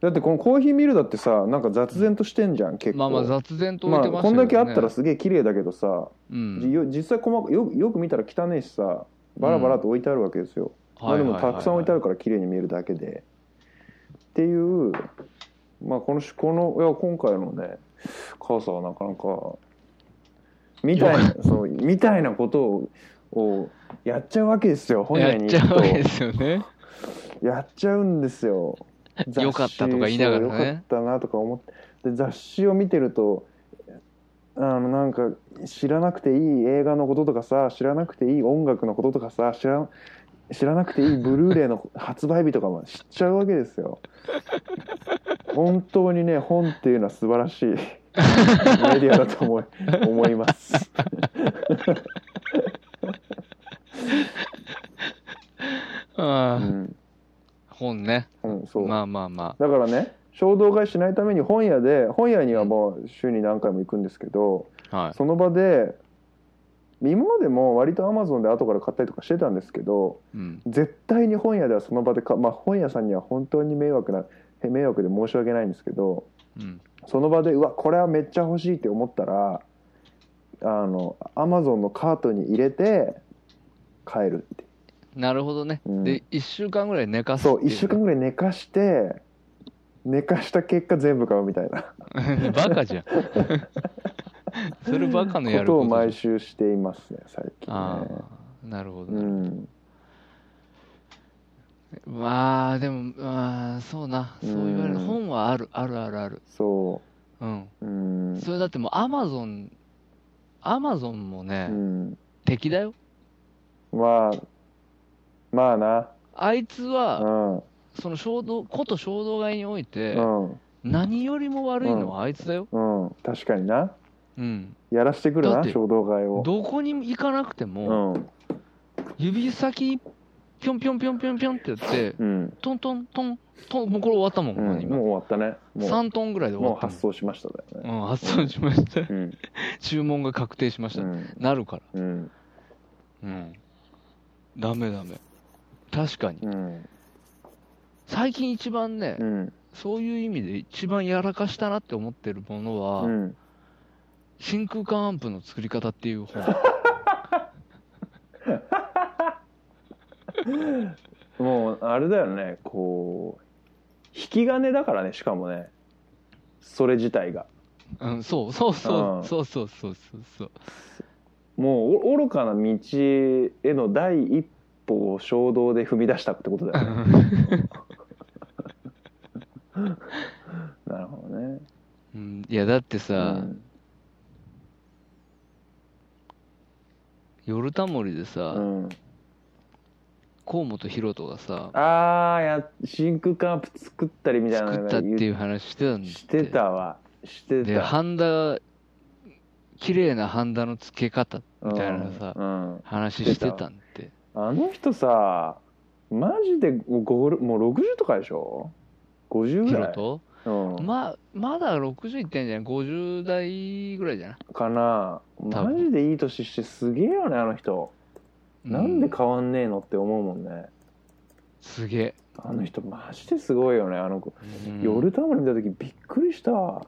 だってこのコーヒーミルだってさなんか雑然としてんじゃん結構
まあまあ雑然と置いて
ま
ま
あ
し
こ
た
ん
けど、ね
だけあったらすげえ綺麗だけどさ、
うん、
よ実際細かよよく見たら汚いしさバラバラと置いてあるわけですよ、まあでもたくさん置いてある
か
から綺麗に見えるだけで、っていうまあこのしこのいや今回のね母さんはなかなかみたいなそうみたいなことををやっちゃうわけですよ本屋
やっ
に
ちゃうわけ
行
で
く
すよね
とやっちゃうんです よ雑誌
よかったとか言いながらね
そうよかったなとか思ってで雑誌を見てるとあのなんか知らなくていい映画のこととかさ知らなくていい音楽のこととかさ知ら知らなくていいブルーレイの発売日とかも知っちゃうわけですよ本当にね本っていうのは素晴らしいメディアだと思い思いますう
ああ
ん、
本ね
うん、そう、
まあまあまあ
だからね衝動買いしないために本屋で本屋にはもう週に何回も行くんですけど
はい、
その場で今までも割とアマゾンで後から買ったりとかしてたんですけど
うん、
絶対に本屋ではその場でか、まあ、本屋さんには本当に迷惑な迷惑で申し訳ないんですけど
うん、
その場でうわこれはめっちゃ欲しいって思ったらあのアマゾンのカートに入れて帰るっていう
なるほどね、
うん
で1週間ぐらい寝かす
そう1週間
ぐ
ぐらい寝かして寝かした結果全部買うみたいな
らい バカじゃん それバカのや
こ
る
とを
こと
毎
じ
週していますね最近
ゃんあ
ね
あなるほど、
う
ね
ん
まあでもまあそうなそう言われる
うん
本はあるあるあるある
そ
うん
ううん
それだってもうアマゾンアマゾンもね、
うん
敵だよ
まあまあな
あいつ
う
は
ん
その衝動こと衝動買いにおいて
うん
何よりも悪いのはあいつだよ
うん確かにな
うん
やらしてくる
だっ
な
て
衝動買いを
どこにも行かなくて
う
も
ん
指先ぴょんぴょんぴょんぴょんぴょんってやって
うん
トントントントンもうこれ終わったもん
う
こ
ん
れ
もう
今
終わったねも
3トンぐらいで
う
終
もう
わった
発送しましただよね
もんうん発送しました
う ん
注文が確定しまし
う
た
ん
なるから
うん
うん。ダメダメ。確かに。
うん
最近一番ね、
うん
そういう意味で一番やらかしたなって思ってるものは、
うん
真空管アンプの作り方っていう本。
もうあれだよねこう引き金だからねしかもねそれ自体が
うん、そうそうそうう、
ん
そうそうそうそう そう。
もうお愚かな道への第一歩を衝動で踏み出したってことだよねなるほどね、
うん、いや、だって
う
さ、
ん
夜タモリでさ、
うん
河本ロ人がさ
ああや真空カープ作ったりみたいな
作
の
った
が
って
言
いう話してたんで
してたわして
で
た
ハンダ綺麗なハンダの付け方みたいなさ、
うんうん
話してたんで
あの人さマジでゴールもう60とかでしょ50ぐ
ヒ
ら
ロ
い、
と
うん、
ままだ60いってんじゃない50代ぐらいじゃない
かな
多
マ
分
ジでいい年してすげえよねあの人、なんで
う
変わんねえのって思うもんね
すげえ、
あの人マジですごいよねあの子、
うん
ヨルタムリ見た時びっくりした
だ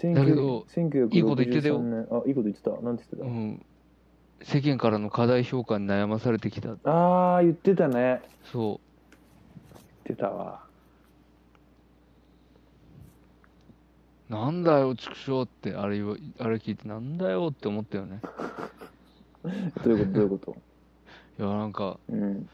けど
1963年
いいこと言ってたよ
あいいこと言ってたなんて言ってた、
うん、世間からの過大評価に悩まされてきた
ああ言ってたね
そ
言ってたわ
うなんだよ畜生ってあれ言わあれ聞いてなんだよって思ったよね
どういうことどういうこと、
いやなんか
うん、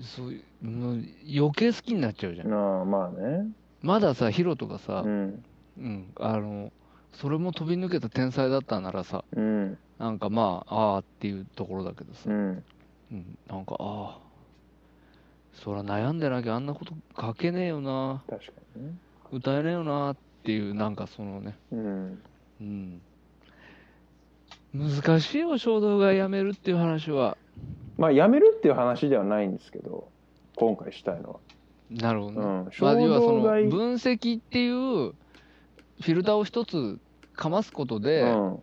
そういうもう余計好きになっちゃうじゃん
ああまあね
まださヒロとかさ
う、ん
うんあのそれも飛び抜けた天才だったならさ
うん
なんかまあああっていうところだけどさ
う、ん
うん、なんかああそら悩んでなきゃあんなこと書けねえよな
確かにね
歌えねえよなっていうなんかそのね
うん
うん難しいよ衝動がやめるっていう話は
まあやめるっていう話ではないんですけど今回したいのは
なるほどね、
うん
まあ、要はその
衝動買い
分析っていうフィルターを一つかますことで、
うん、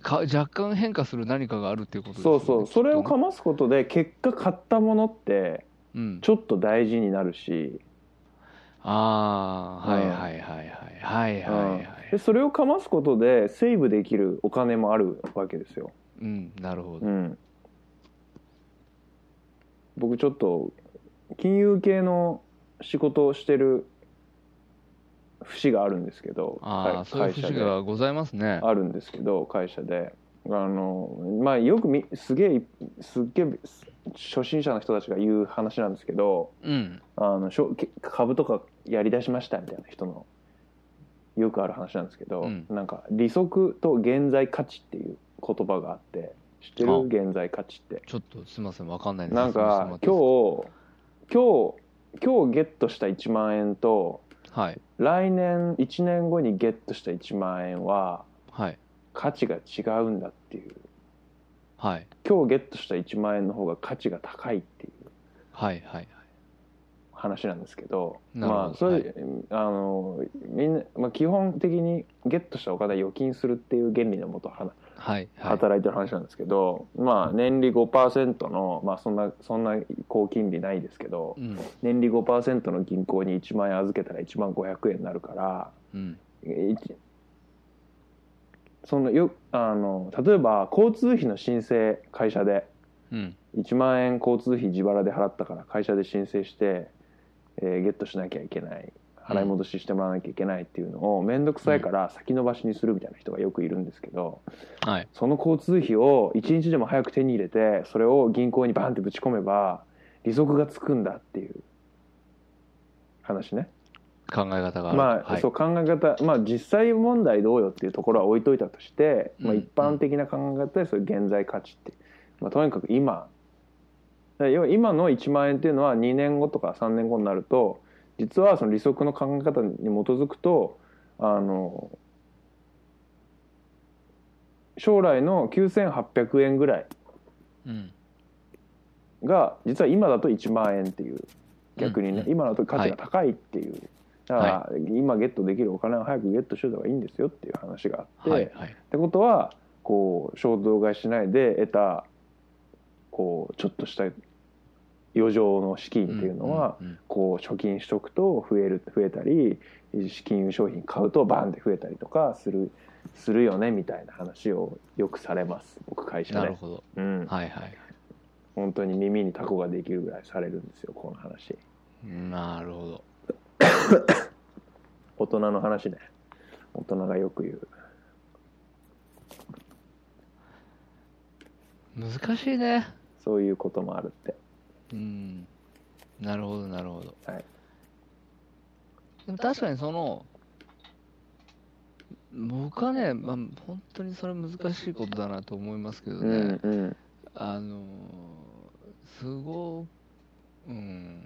か若干変化する何かがあるっていうことですよ
そ
ね
うそうそれを
きっと
か
ね
ますことで結果買ったものって
うん、
ちょっと大事になるし、
ああ、
う
は
ん
いはいはいはいはいは
う
い
ん
は
で
い
それをかますことでセーブできるお金もあるわけですよ、
うんなるほど
うん、僕ちょっと金融系の仕事をしてる節があるんですけど会
ああそういう
会社
節
で
がございますね
あるんですけど会社であのまあよくみすげえすっげえ初心者の人たちが言う話なんですけど
うん
あのしょけ株とかやりだしましたみたいな人のよくある話なんですけど、
うん
なんか利息と現在価値っていう言葉があって知って
あ
る現在価値って
ちょっとすいませんわかんないです
なんか
説明しても
今日今日今日ゲットした1万円と
らっていいです
来年1年後にゲットした1万円は
かはい
価値が違うんだっていう
はいはい
今日ゲットした1万円の方が価値が高いっていう
はいはい
話なんですけど
なるほど
まあそれ、
はい
あのみんな、まあ、基本的にゲットしたお金は預金するっていう原理のもとは
はいはい
働いてる話なんですけど、まあ年利5%の、まあ、そんなそんな高金利ないですけど
うん
年利5%の銀行に1万円預けたら1万500円になるから
うん
えいちそのよあの例えば交通費の申請会社で
うん
1万円交通費自腹で払ったから会社で申請して、えーゲットしなきゃいけない払い戻ししてもらわなきゃいけないっていうのを面倒くさいから先延ばしにするみたいな人がよくいるんですけど
はい
その交通費を1日でも早く手に入れてそれを銀行にバンってぶち込めば利息がつくんだっていう話ね。
考え方がある
まあ、
はい
そう考え方、まあ、実際問題どうよっていうところは置いといたとして、まあ、
うん
一般的な考え方でそういう現在価値って、まあ、とにかく今だから要は今の1万円っていうのは2年後とか3年後になると実はその利息の考え方に基づくとあの将来の9800円ぐらい
うん
が実は今だと1万円っていう逆にね、
うん
今だと価値が高いっていう、だから、今ゲットできるお金を早くゲットしといた方がいいんですよっていう話があって、
はい
っ
はい
てことはこう衝動買いしないで得たこうちょっとした余剰の資金っていうのは、
うんうんうん
こう貯金しとくと増える増えたり金融商品買うとバンって増えたりとかするするよねみたいな話をよくされます僕会社
なる
で、
ほど
うん、
はいはい
本当に耳にタコができるぐらいされるんですよこの話
なるほど
大人の話ね大人がよく言う
難しいね
そういうこともあるって
うんなるほどなるほど、
はい
でも確かにその僕はね、まあ、本当にそれ難しいことだなと思いますけどね、
うん
あのーすごくうん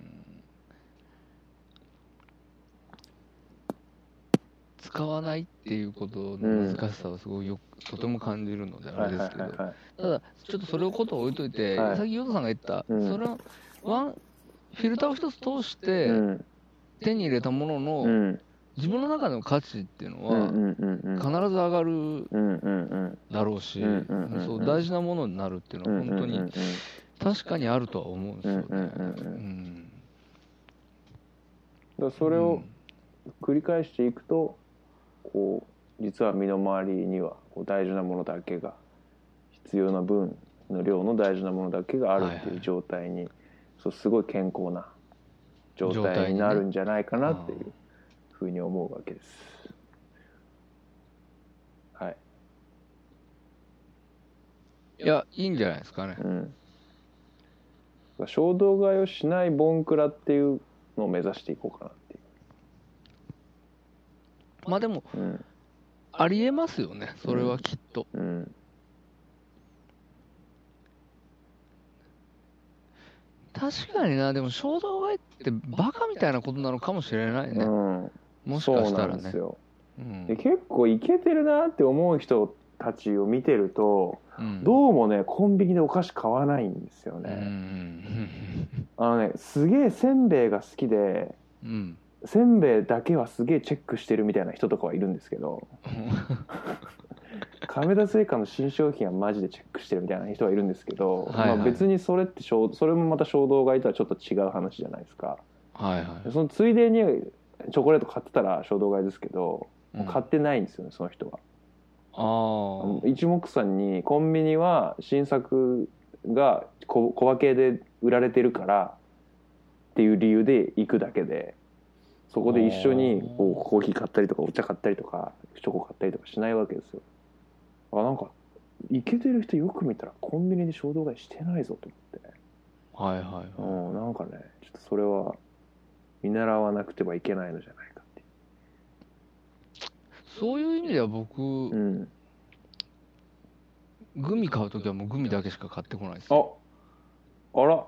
使わないっていうことの難しさをすごいよく、とても感じるのであれですけど、
はいはいはいはい
ただちょっとそれをこと置いといて、
はい
さっきヨトさんが言った、
うん
それはワンフィルターを一つ通して
うん
手に入れたものの、
うん
自分の中の価値っていうの
うん
は
うんうんうん
必ず上がる
うんうんうん
だろうし、
うんうんうんうん
そう大事なものになるっていうのは本当
うんう
に
んうん
確かにあるとは思うんですよね。
うんうんうんうん
ん
だからそれを繰り返していくとこう実は身の回りにはこう大事なものだけが必要な分の量の大事なものだけがあるって
はい
い
は
う
い
状態に、そうすごい健康な状
状態
態に
にね
なるんじゃないかなってい
あー
うふうに思うわけです。はい、
いやいいんじゃないですかね
う。ん、だから衝動買いをしないボンクラっていうのを目指していこうかなってい
まあでも
う。うん
ありえますよねそれはきっと。
うん
確かになでも衝動買いってバカみたいなことなのかもしれないね、
うん、
もし
そ
か
う
した
な
ら
んで
ね
す。よ
うん
で結構イケてるなって思う人たちを見てると
うん
どうもねコンビニでお菓子買わないんですよ
うん
ね、あのねすげえせんべいが好きで
うんうん
せんべいだけはすげえチェックしてるみたいな人とかはいるんですけ ど亀田製菓の新商品はマジでチェックしてるみたいな人はいるんですけど、
はいはい
まあ、別にそれって衝それもまた衝動買いとはちょっと違う話じゃないですか
はいはい
そのついでにチョコレート買ってたら衝動買いですけど、
うん。
買ってないんですよねその人は。
あー
一目散にコンビニは新作が小小分けで売られてるからっていう理由で行くだけでそこで一緒にこうコーヒー買ったりとかお茶買ったりとかチョコ買ったりとかしないわけですよあなんかイケてる人よく見たらコンビニで衝動買いしてないぞと
はいはいはい。
思って、うん、なんかねちょっとそれは見習わなくてはいけないのじゃないかってい
そういう意味では僕、
う、うん、
グミ買うときはもうグミだけしか買ってこないです。
ああら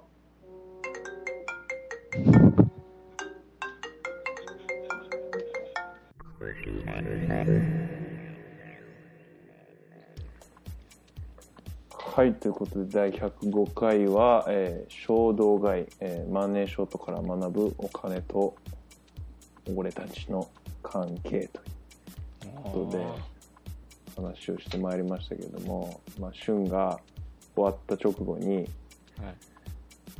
はいということで第105回は、えー衝動買い、えーマネーショートから学ぶお金と俺たちの関係ととでいう話をしてまいりましたけれども、まあ、旬が終わった直後に
はい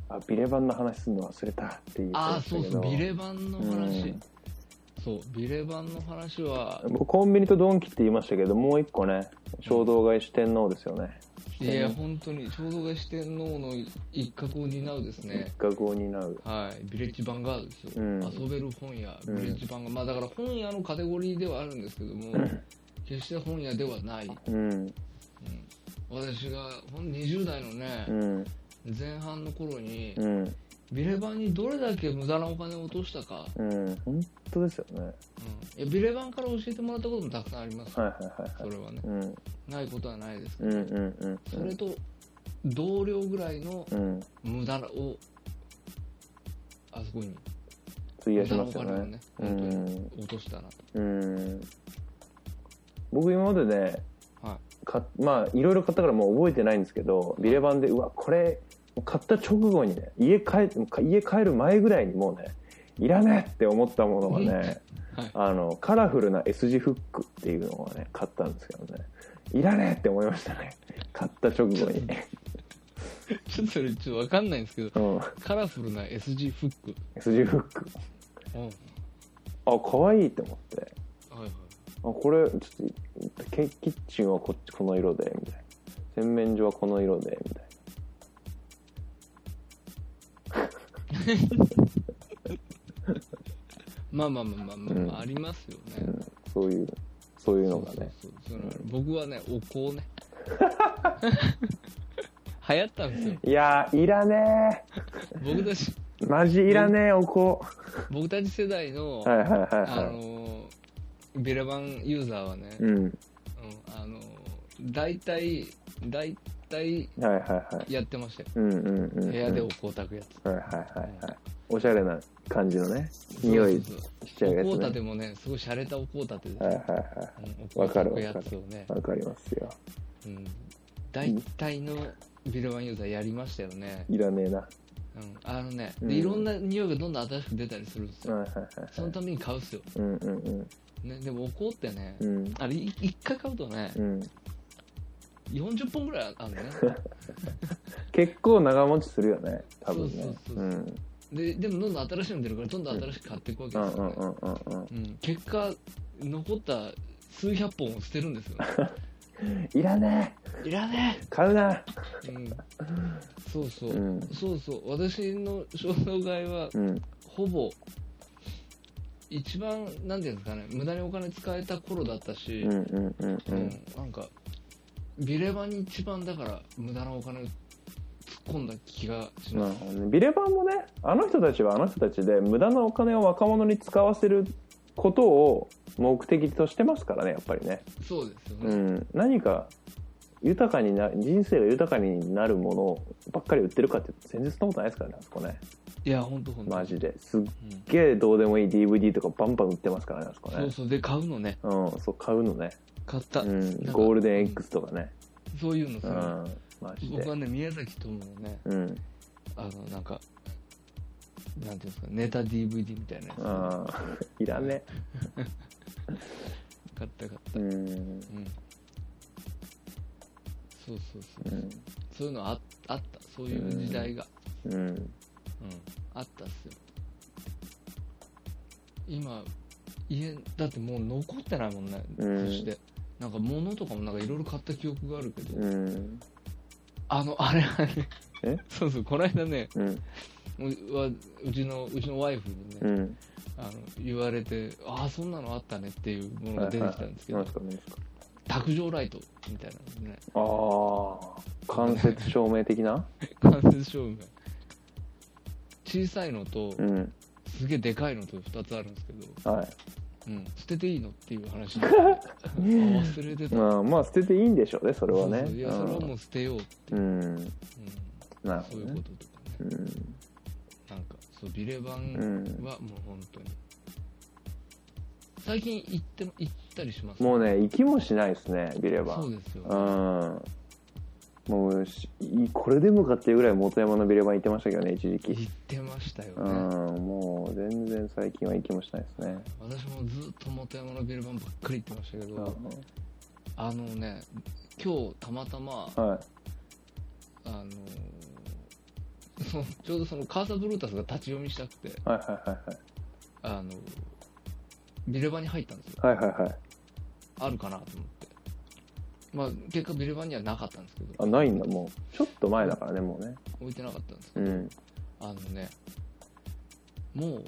あビレバンの話するの忘れたって言って
あ
ま
あ、
した
そ
けど
うそう、ビレバンの話。
うん
そう、ビレバンの話は、
僕コンビニとドンキって言いましたけどもう一個ね衝動買い四天王ですよね
いや、本当に、衝動買い四天王の一角を担うですね。
学を担う
はい、ビレッジヴァンガードですよ。
うん
遊べる本屋、ビ
ん
レッジヴァンガード。まあだから本屋のカテゴリーではあるんですけども、決して本屋ではない。
うん
私がほん20代のね
う、ん
前半の頃に、
うん
ビレバンにどれだけ無駄なお金を落としたか、
うん本当ですよね
うんいやビレバンから教えてもらったこともたくさんあります、
はいはいはい
それはね
うん
ないことはないですけ
う
ど、
んうんうん
それと同僚ぐらいの
うん
無駄をあそこに
費
無
やし
駄な
ま
お
すよ
金を
ね
ね
う
本当に
ん
落としたなと、
うん僕今までね
はい、
かまあいろいろ買ったからもう覚えてないんですけどビレバンでうわこれ買った直後にね家帰家帰る前ぐらいにもうねいらねえって思ったものがね、
はい
あのカラフルな S 字フックっていうのをね買ったんですけどねいらねえって思いましたね買った直後に、
ちょっとそれちょっと分かんない んですけど
うん、
カラフルな S g フック、
S 字フック
うんはい
あ可愛いって思って
はい、
あこれちょっとケキッチンはこっちこの色でみたいな洗面所はこの色でみたい
まあまあまあまあまあ、まあ
うん
ありますよね、
な、うん、そういうそういうのがね
そうそうそうその僕はねお 香ね流行ったんですよ
いやーいらね
僕たち
えマジいらねえおこ
僕たち世代の、
はいはいはい
あ
は
のービレバンユーザーはね、
いうん
うんあのー大体大対
はいはいはい。
やってましたよ。
うんうんうんうん。
部屋でお香たくやつ。
はいはいはいはい。おしゃれな感じのね、匂い
そうそうそう
しちゃうやつ、ね。
お香立てもね、すごい洒落たお香立てで
はいはいは
うん
わかるわかる
お香立てやつをね
い。、わかりますよ。
うん、大体のビルワンユーザーやりましたよね。
いらねえな。
うん、あのね、
うん
でいろんな匂いがどんどん新しく出たりするんですよ。
はいはいはい。
そのために買うっすよ。
うんうんうん。
ね、でもお香ってね、
うん
あれ、い一回買うとね、
うん、
40本ぐらいあるね。
結構長持ちするよね多分
そう
ね
そううそうんで、でもどんどん新しいの出るから、どんどん新しく買っていくわけ
う
で
ん
す
うん
よ、
う
ね
んうんうん
うん。結果、残った数百本を捨てるんですよ、ね。
いらねえ
いらね
買うな
え、うん、そうそう、
うん
そうそう。私の衝動買いは、
うん
ほぼ、一番、なんていうんですかね、無駄にお金使えた頃だったし、
うんうんうん
う
うんん
なんか、ビレバに一番だから、無駄なお金を突っ込んだ気がし
な
ま
る
す。
ほどねビレバンもねあの人たちはあの人たちで無駄なお金を若者に使わせることを目的としてますからねやっぱりね、
そうですよ
う
ね。
ん、何か豊かにな人生が豊かになるものばっかり売ってるかって全然そんなことないですからねあそこね
いや、ほんとほんと。
マジですっ
うん
げえどうでもいい DVD とかバンバン売ってますからねあそこ
そう
ね
そう、で、買うのね。
うん、そう買うのね、
買った。
うん
なん、か
ゴールデン X とかね、
そういうの
う
さ、
ん、マジ
僕
で
は、ね、宮崎智のね、
うん、
あの、なんか、なんていうんですか、ネタ DVD みたいなや
あー いらね、
つ。買った買った。
う
うん。
ん、
そうそうそうう。
ん、
そういうのああった。そういう時代が。
うん、
うん。あったっすよ。今、家、だってもう残ってないもんね。
うん
そして。なんか物とかもなんかいろいろ買った記憶があるけど、
うん、
あの、あれはね、
え
そうそう、この間ね、
うん、
うわうちの、うちのワイフにね、
うん、
あの言われて、ああ、そんなのあったねっていうものが出てきたんですけど、
はいはいなんですか、
卓上ライトみたいなのね、
ああ、間接照明的な、
間接照明。小さいのと
う、ん、
すげえでかいのと2つあるんですけど、
は
うん、捨てていいのっていう話になってあ忘れて
い、
た。
まあ、まあ、捨てていいんでしょうね、それはね
そう、そういや、それはもう捨てようって
う
いう、
ん、
う
なんる
そ
ほ
うい
ど
う
ね
こ、ととかね、
うん、
なんか、そう、ビレバン
うん
はもう本当に。最近行っても、行ったりします
もう
ね、
ね、息もしないですね、ビレバ
そう
ン、
ですよ、
う
ね。
ん。もうしいこれでもかっていうぐらい元山のビレバン行ってましたけどね一時期
行ってましたよ
うん
ね。、
もう全然最近は行きもしないですね。
私もずっと元山のビルバンばっかり行ってましたけど、
は
あのね、今日たまたま、
い。
あのー そのちょうどそのカーサブルータスが立ち読みしたくて、
はいはい
あのービルバンに入ったんですよ。
はいはい。はいはいはい。
あるかなと思って。まあ、結果ビルバンにはなかったんですけど、
あ、ないんだ、もう。ちょっと前だからね、もうね。
置いてなかったんですけ
う
ど、
ん。
あのね、もう、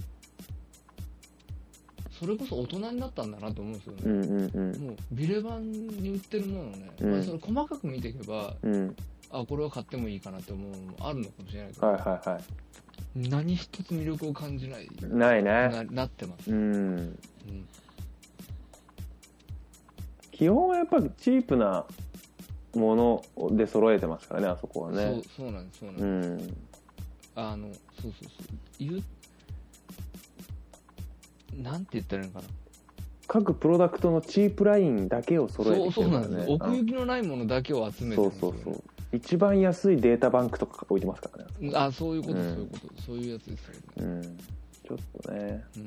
それこそ大人になったんだなと思うんですよね。
うんうん
もうビレバンに売ってるものをね、
うん
まあ、それ細かく見ていけば
うん。うん。
あこれは買ってもいいかなって思うのもあるのかもしれないけど、
はいはいは
何一つ魅力を感じない
い。ないね。
ななってます、
うん。
うん、
基本はやっぱりチープなもので揃えてますからね、あそこはね。
そうそうなんですそうなんです、
うん。
あのそうそうそう言うなんて言ったらいいのかな
各プロダクトのチープラインだけを揃え
そ
て
う
きて
そう
るか
なん
ら
です
ね。
よ奥行きのないものだけを集めて
そ
るん
う
です
そ
よ
う
ね
そう。一番安いデータバンクとか置いてますからね。
あそういうこと、
うん
そういうことそういうやつですよね、
うん。ちょっとね。
うん、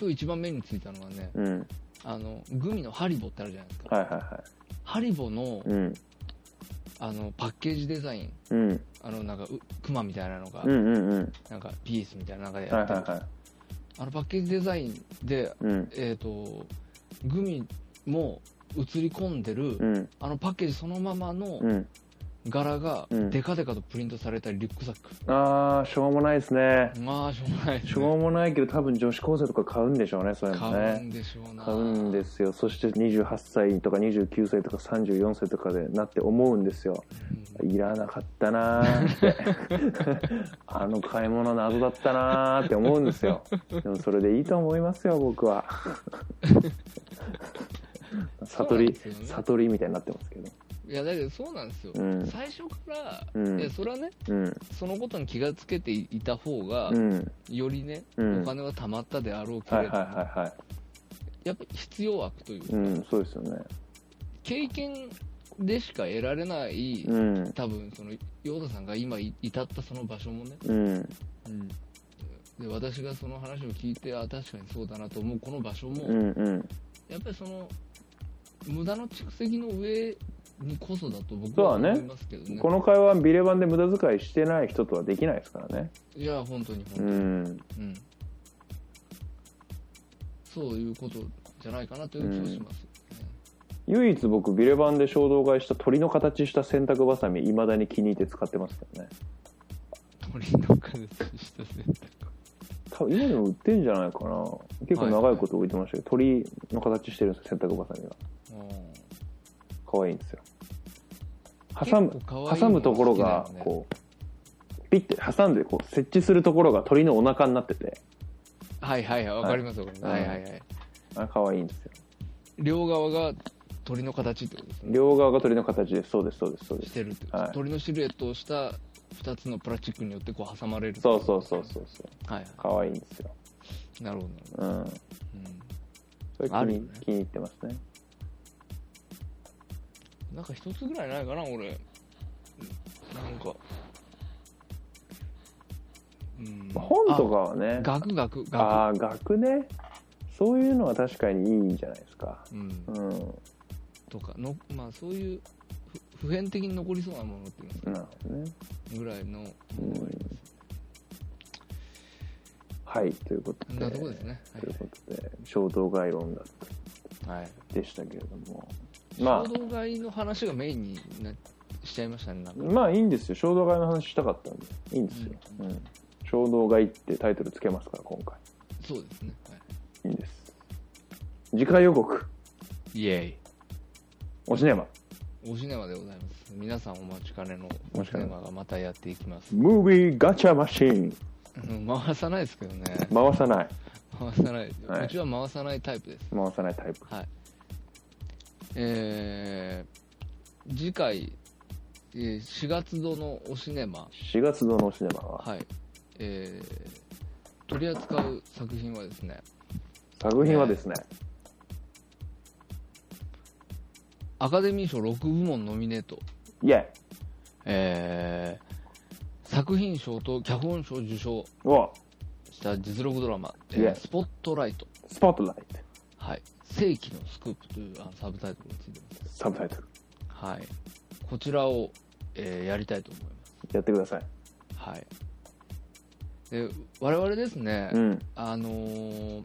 今日一番目についたのはね
うん。
あのグミのハリボってあるじゃないですか、
はいはいは
ハリボの
い。うん。
あのパッケージデザイン
うん。
あのなんかうクマみたいなのが、
うんうんうん。
なんかピースみたいななんかやって
は
る、
いはいはい。
あのパッケージデザインで、
うん。
えっとグミも映り込んでる、
うん。
あのパッケージそのままの
うん。
柄が
うん
デカデカとプリントされたリュックサック、
あー、しょうもないですね。
まあしょうがないですね
しょうもないけど、多分女子高生とか買うんでしょうね、そういうの
買う
ね。
んでしょうな
買うんですよ。そして28歳とか29歳とか34歳とかでなって思うんですよ。
うん
いらなかったなーって。あの買い物謎だったなーって思うんですよ。でもそれでいいと思いますよ、僕は。悟り、
そうなんですよね
悟りみたいになってますけど。
いや、だけどそうなんですよ。
うん
最初から、
うん
いや、それはね、
うん
そのことに気がつけていた方が、
うん
よりね、
うん
お金は貯まったであろうけ
は
れ
いはい
ど、
はいは
やっぱ必要悪という
い
か、
うんそうですよね
経験でしか得られない、
うん
多分その、ヨーダさんが今い至ったその場所もね、
うん
うんで私がその話を聞いて、あ、確かにそうだなと思うこの場所も、
うんうん
やっぱりその、無駄の蓄積の上にこそだと僕
そう
は
だね
思いますけどね。
この会話ビレバンで無駄遣いしてない人とはできないですからね
いや、本当に本当
う
に、
ん
うんそういうことじゃないかなという気がしますよね。
唯一僕ビレバンで衝動買いした鳥の形した洗濯ばさみいまだに気に入って使ってますけどね
鳥の形した選択。
多分今でも売ってんじゃないかな結構長いこと置いてましたけど、鳥の形してるんですよ洗濯ばさみが可愛いんですよ挟む
結構可愛いの
挟むところが
好きだよね
こうピッて挟んでこう設置するところが鳥のお腹になってて
はいはいはい、わかりますわかります。は
はい
いはいはい。
あ可愛いんですよ
両側が鳥の形ってことですね。
両側が鳥の形ですそうですそうですそうで
し
す
てるってこと、
はい
鳥のシルエットをした2つのプラスチックによってこう挟まれる。
そうそうそうそうそう
はいは
可愛いんですよ
い。なるほどなるほ
うん
ど。うん
それ気
ある
に,、
よね
気に入ってますね
なんか一つぐらいないかな、俺。なんか。うん。
本とかはね
あガクガク、ガ
ああー額ねそういうのは確かにいいんじゃないですか
ク。うん
う。ん
とかの、まあそういう、ふ普遍的に残りそうなものっていうの
なるほどね
ぐらいの、
はいということ
こ
で
んなとこですね。
ということで衝動概論だった
はい。はい、
でしたけれどもま
衝動買いの話がメインになしちゃいましたね、なん
あ
か。
まあいいんですよ衝動買いの話したかったんでいいんですよ、うん、衝動買いってタイトルつけますから今回
そうですね。はい
いいです次回予告
イエイ。
おしねま
おシネマでございます。皆さんお待ちかねの
お
お
シ
シ
ネ
ネ
マ
マがまたやっていきます。
ムービーガチャマシーン
うん回さないですけどね。
回さない
回さない。
はいう
ちは回さないタイプです。
回さないタイプ
はい。えー、次回、えー4月度のおシネマ。
4月度のおしねまは
はい。えー、取り扱う作品はですね、
作品はですね、
アカデミー賞6部門ノミネート。
イェイ
えー、作品賞と脚本賞受賞
うわ
した実録ドラマ、え
いえ
ー、スポットライト。
スポットライト
はい。世紀のスクープというあのサブタイトルがついてます。
サブタイトル
はい。こちらを、えーやりたいと思います。
やってください
はい。で、我々ですね、
うん
あのー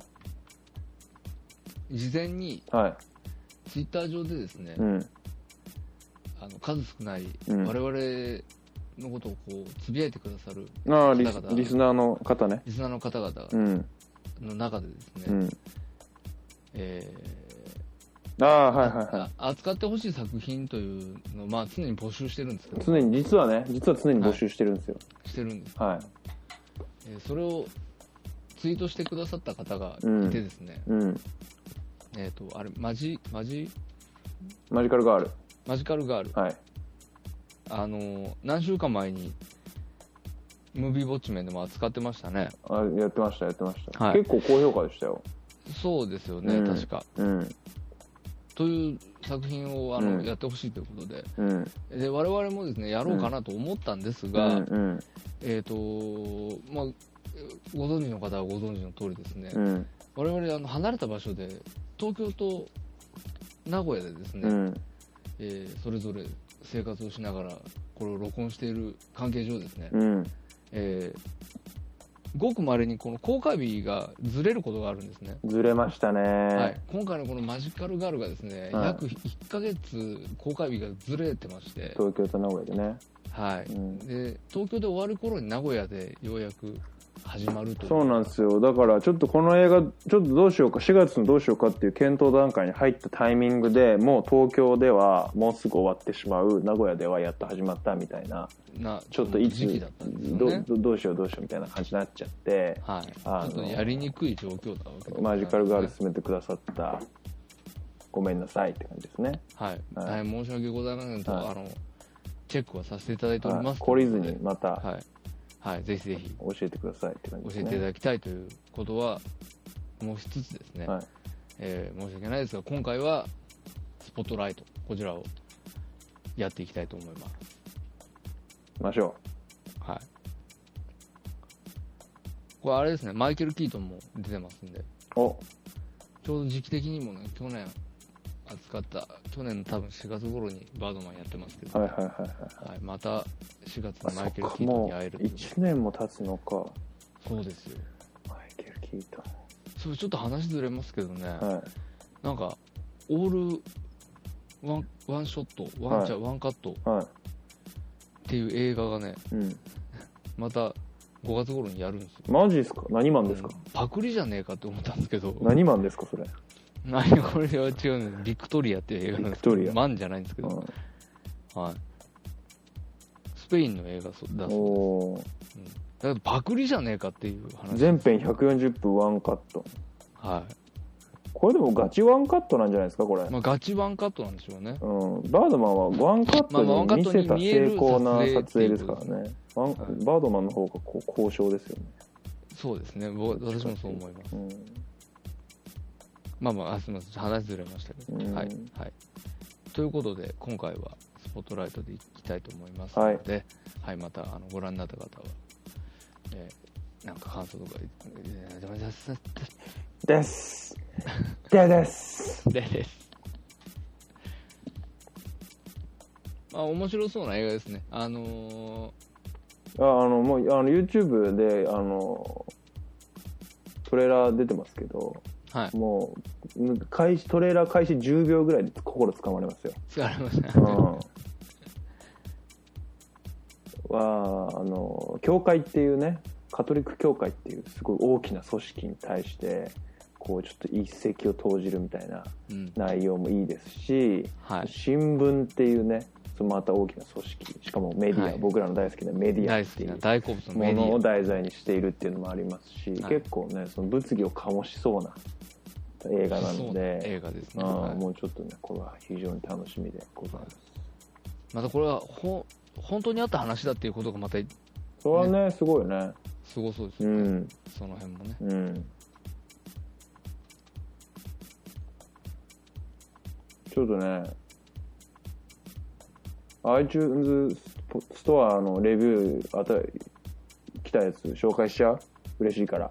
事前に
は
ツイッター上でですね、
いうん
あの数少ない
うん
我々のことをこうつぶやいてくださる
ああリ
方
ス
々
リスナーの方ね
リスナーの方々
うん
の中でですね、
うん
え
ああ
ー
はいはいは
あ扱ってほしい作品というのを、まあ、常に募集してるんですけ
い
ど、
常に実はね実は常に募集してるんですよ
してるんです、
はい、
えーそれをツイートしてくださった方がいてですね、
うん
えっ、と、あれ、マジ、マジ、
マジカルガール
マジカルガール、
はい
あのー何週間前に、ムービーウォッチメンでも扱ってましたね。
あやってましたやってました、
はい
結構高評価でしたよ
そうですよね、
うん
確か。
うん
という作品をあ
う
の、
ん
やってほしいということで、
うん
で我々もですねやろうかなと思ったんです
う
が、
んうん
えっ、とまあご存知の方はご存知の通りですね、
うん
我々あの離れた場所で東京と名古屋でですね、
うん
えーそれぞれ生活をしながらこれを録音している関係上ですね、
うん
えーごくまれにこの公開日がずれることがあるんですね、
ずれましたね、
はい、今回のこのマジカルガールがですね、
はい
約1ヶ月公開日がずれてまして、
東京と名古屋でね
はい
うん
で東京で終わる頃に名古屋でようやく始まるという
そうなんですよだからちょっとこの映画ちょっとどうしようか4月のどうしようかっていう検討段階に入ったタイミングでもう東京ではもうすぐ終わってしまう名古屋ではやっと始まったみたいな
な
ちょっといつ
時期だったんですよ
ど
ね。
どどうしようどうしようみたいな感じになっちゃって
はい、ち
あの
ょっとやりにくい状況だわけでございま
マ
す
ジカルガール進めてくださったごめんなさいって感じですね。
はい。
はい
大変申し訳ございませんと、
はい
あの、チェックはさせていただいており
は
ま
い
す。
懲りずにま
は
た
い。はい。ぜひぜひ、
教えてくださいって感じ
教
です
え
ね。
ていただきたいということは、もうしつつですね、
はい
えー申し訳ないですが、今回は、スポットライト、こちらをやっていきたいと思います。
きましょ
はい。これあれですね、マイケル・キートンも出てますんで、
う。お、
ちょうど時期的にもね、去年扱った、去年の多分4月頃にバードマンやってますけど、
はいはいはいはい。
はい、また4月
あ
に
そ
マイ
っ
ケル・
か
キートン
も
に
う
会えるという
1年も経つのか
そうですよ。
マイケル・キート
そう、ちょっと話ずれますけどね、
ンはい
なんか、オール、ワン、ワンショット、ワンチャ、ワンカットっ
は
ていう映画がね、
いうん
また5月頃にやるんですよ。
マジですか何マンですか、
パクリじゃねえかって思ったんですけど、
何マンですかそれ、
何これは違うね。ビクトリアっていう映画なんですけど、
ビクトリア
マンじゃないんですけ
う
ど、
ん、
はい。スペインの映画そだそうで
おー
す。うん、だからパクリじゃねえかっていう話。
全編140分ワンカット
は
これでもガチワンカットなんじゃないですかこれ、
い。まあガチワンカットなんでしょうね。
うん、バードマンはワンカッ
まあワンカ
トに見
ット
せ
に
た
見える
成功な撮影ですから
撮
ねワン
はい
バードマンの方がこう交渉ですよね、
そうですね。僕私もそう思います。
うん、
まあまあ、あすみません。話ずれましたけ
う
ど。
ん
はい。はい。ということで、今回はスポットライトでいきたいと思います
はい
ので、はい、またあのご覧になった方は、えーなんか感想とか、えー
ですでです
でです。ま あ、面白そうな映画ですね。あの
ああのもうあの YouTube であのトレーラー出てますけど
ーはい。
もう開始トレーラー開始10秒ぐらいで心つかまれますよ。
疲れました。
うん、はあの教会っていうねカトリック教会っていうすごい大きな組織に対してこうちょっと一石を投じるみたいな
うん。
内容もいいですし、
はい。
新聞っていうねそのまた大きな組織しかもメディア、
はい
僕らの大好きなメディア
大
っ
好
て
き
い
な
う
大好物の
も
メデ
のを
ィ
題材にしているっていうのもありますし、
はい
結構ねその物議を醸しそうな映
ア。
画な
そ
の
うな
で
映画ですね。
あ
は
あ
い
もうちょっとねこれは非常に楽しみでございます
またこれはほん本当にあった話だっていうことがまた
それはねすごいね
すごそうで
う
すよね、
ん
その辺もね。
うんちょっとね iTunes ストアのレビューあた来たやつ紹介しちゃう嬉しいから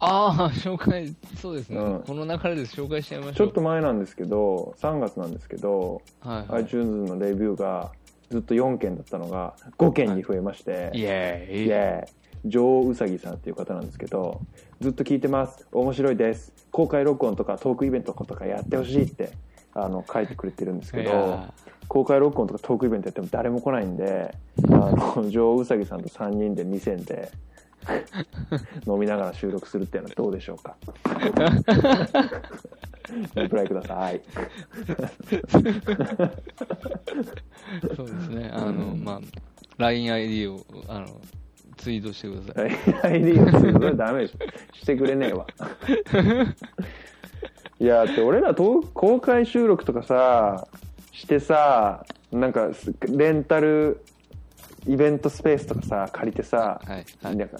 ああ、紹介、そうですね、
うん
この流れで紹介しちゃいまし
ち
ょ
ょ
う。
っと前なんですけど3月なんですけど
はい、はい。
iTunes のレビューがずっと4件だったのが5件に増えまして、
イエーイ。
イエーイ女王うさぎさんっていう方なんですけどずっと聞いてます面白いです公開録音とかトークイベントとかやってほしいってあの書いてくれてるんですけ
いや
ど
ー
公開録音とかトークイベントやっても誰も来ないんであの女王うさぎさんと3人で2000で 飲みながら収録するっていうのはどうでしょう かリプライください
そうですね。あの、まあ、LINEID を、あの、ツイートしてください。
ID をつけそれダメでしょ。してくれねえわ。いや、って俺らと公開収録とかさ、してさ、なんかすレンタルイベントスペースとかさ、借りてさ、
はいはい
なんか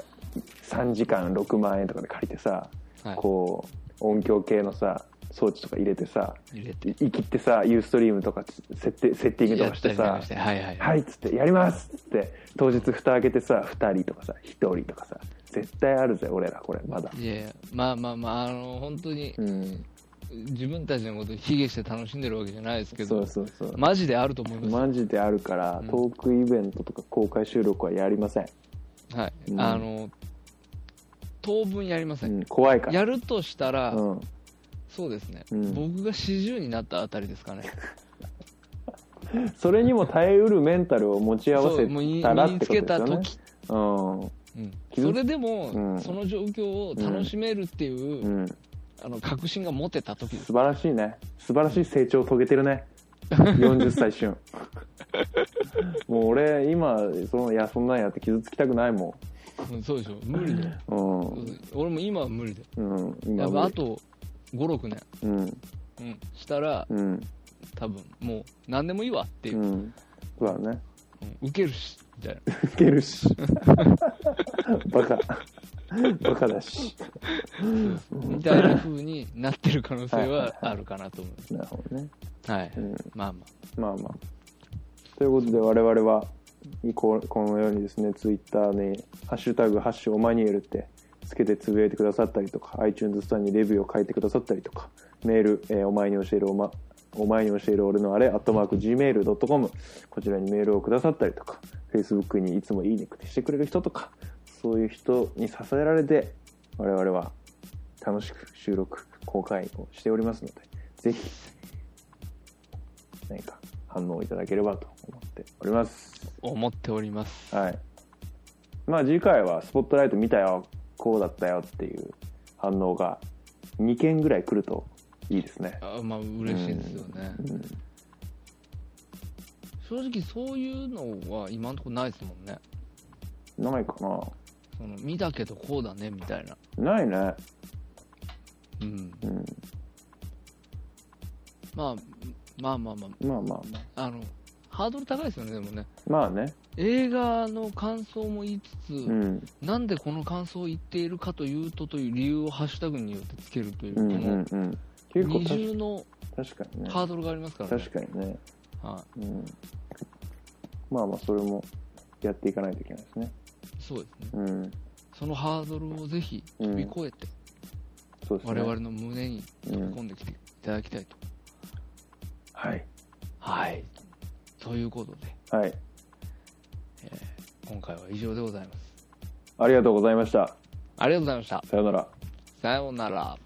3時間6万円とかで借りてさ、
はい
こう音響系のさ、装置とか入れてさ、
入れて。
い生きってさ、ユーストリームとかセッテセッティングと
や
か
っ
したて
りなん
さ
かし、てはいはい。
はいっつって「やります!」っつって当日蓋開けてさ2人とかさ1人とかさ絶対あるぜ俺らこれまだ
いやいやまあまあまあ、あの、本当に
う、ん
自分たちのことを卑下して楽しんでるわけじゃないですけ
そ
ど
う、そうそう
マジであると思いま
マジであるから、トークイベントとか公開収録はやりません、
す。はい。
うん
あの、当分やりませ。
うんん、怖いから
やるとしたら、
うん、
そうですね、
うん
僕が40になったあたりですかね。
それにも耐えうるメンタルを持ち合わ
そ
せ
う、もう身
たらっ
身に
て
つ
こ
け
とです
た
よね
時。
うん
うん
傷
それでも、
うん
その状況を楽しめるっていう、
うん、
あの確信が持てた時です
素晴らしいね素晴らしい成長を遂げてるね40歳 旬もう俺今そのいやそんなんやって傷つきたくないも
うんそうでしょ無理だよ、
んうん
俺も今は無理だよ
うん今
やっぱ
も
あと56年
うん
うん、したら、
うん
多分もう何でもいいわっていうう、
んそうだね
うん受けるし、みたいな。
いけるしバカバカだし
みたいな風になってる可能性はあるかなと思
なるほどね
う。はい。
うん
まあま
まあまあということで我々はこうこのようにですねツイッターに「ハッシュタグハッシュオマニエル」ってつけてつぶやいてくださったりとか iTunes スターにレビューを書いてくださったりとかメール、えーお前に教えるおまお前に教える俺のあれ、アットマーク Gmail.com、こちらにメールをくださったりとか、Facebook にいつもいいねしてくれる人とか、そういう人に支えられて、我々は楽しく収録、公開をしておりますので、ぜひ、何か反応いただければと思っております。
あ、思っております。
はい。まあ次回はスポットライト見たよ、こうだったよっていう反応が2件ぐらい来るといいですね。
あまあ、嬉しいですよね。
うん
正直、そういうのは今のところないですもんね。
ないか
その見たけどこうだね、みたいな。
なないね。
うん。
うん。
まあ、まあまあ
ま
ま
あまあまあ。
あ、あの、ハードル高いですよね、でもね。
まあね。
映画の感想も言いつつ、
うん。
なんでこの感想を言っているかというとという理由をハッシュタグによってつけるという、
うんうんうん。
こ
結
の
構
二
た
重の
確かにね。
ハードルがありますからね
確。かにね。
は
うん。まあまあ、それもやっていかないといけないですね。
い、そうですね。
うん。
そのハードルをぜひ飛び越えて、
そうです
我
ね。
々の胸に飛び込んできていただきたいと。
はい。
はい。ということで、
はい。
今回は以上でございます。
ありがとうございました。
ありがとうございました。
さようなら。
さようなら。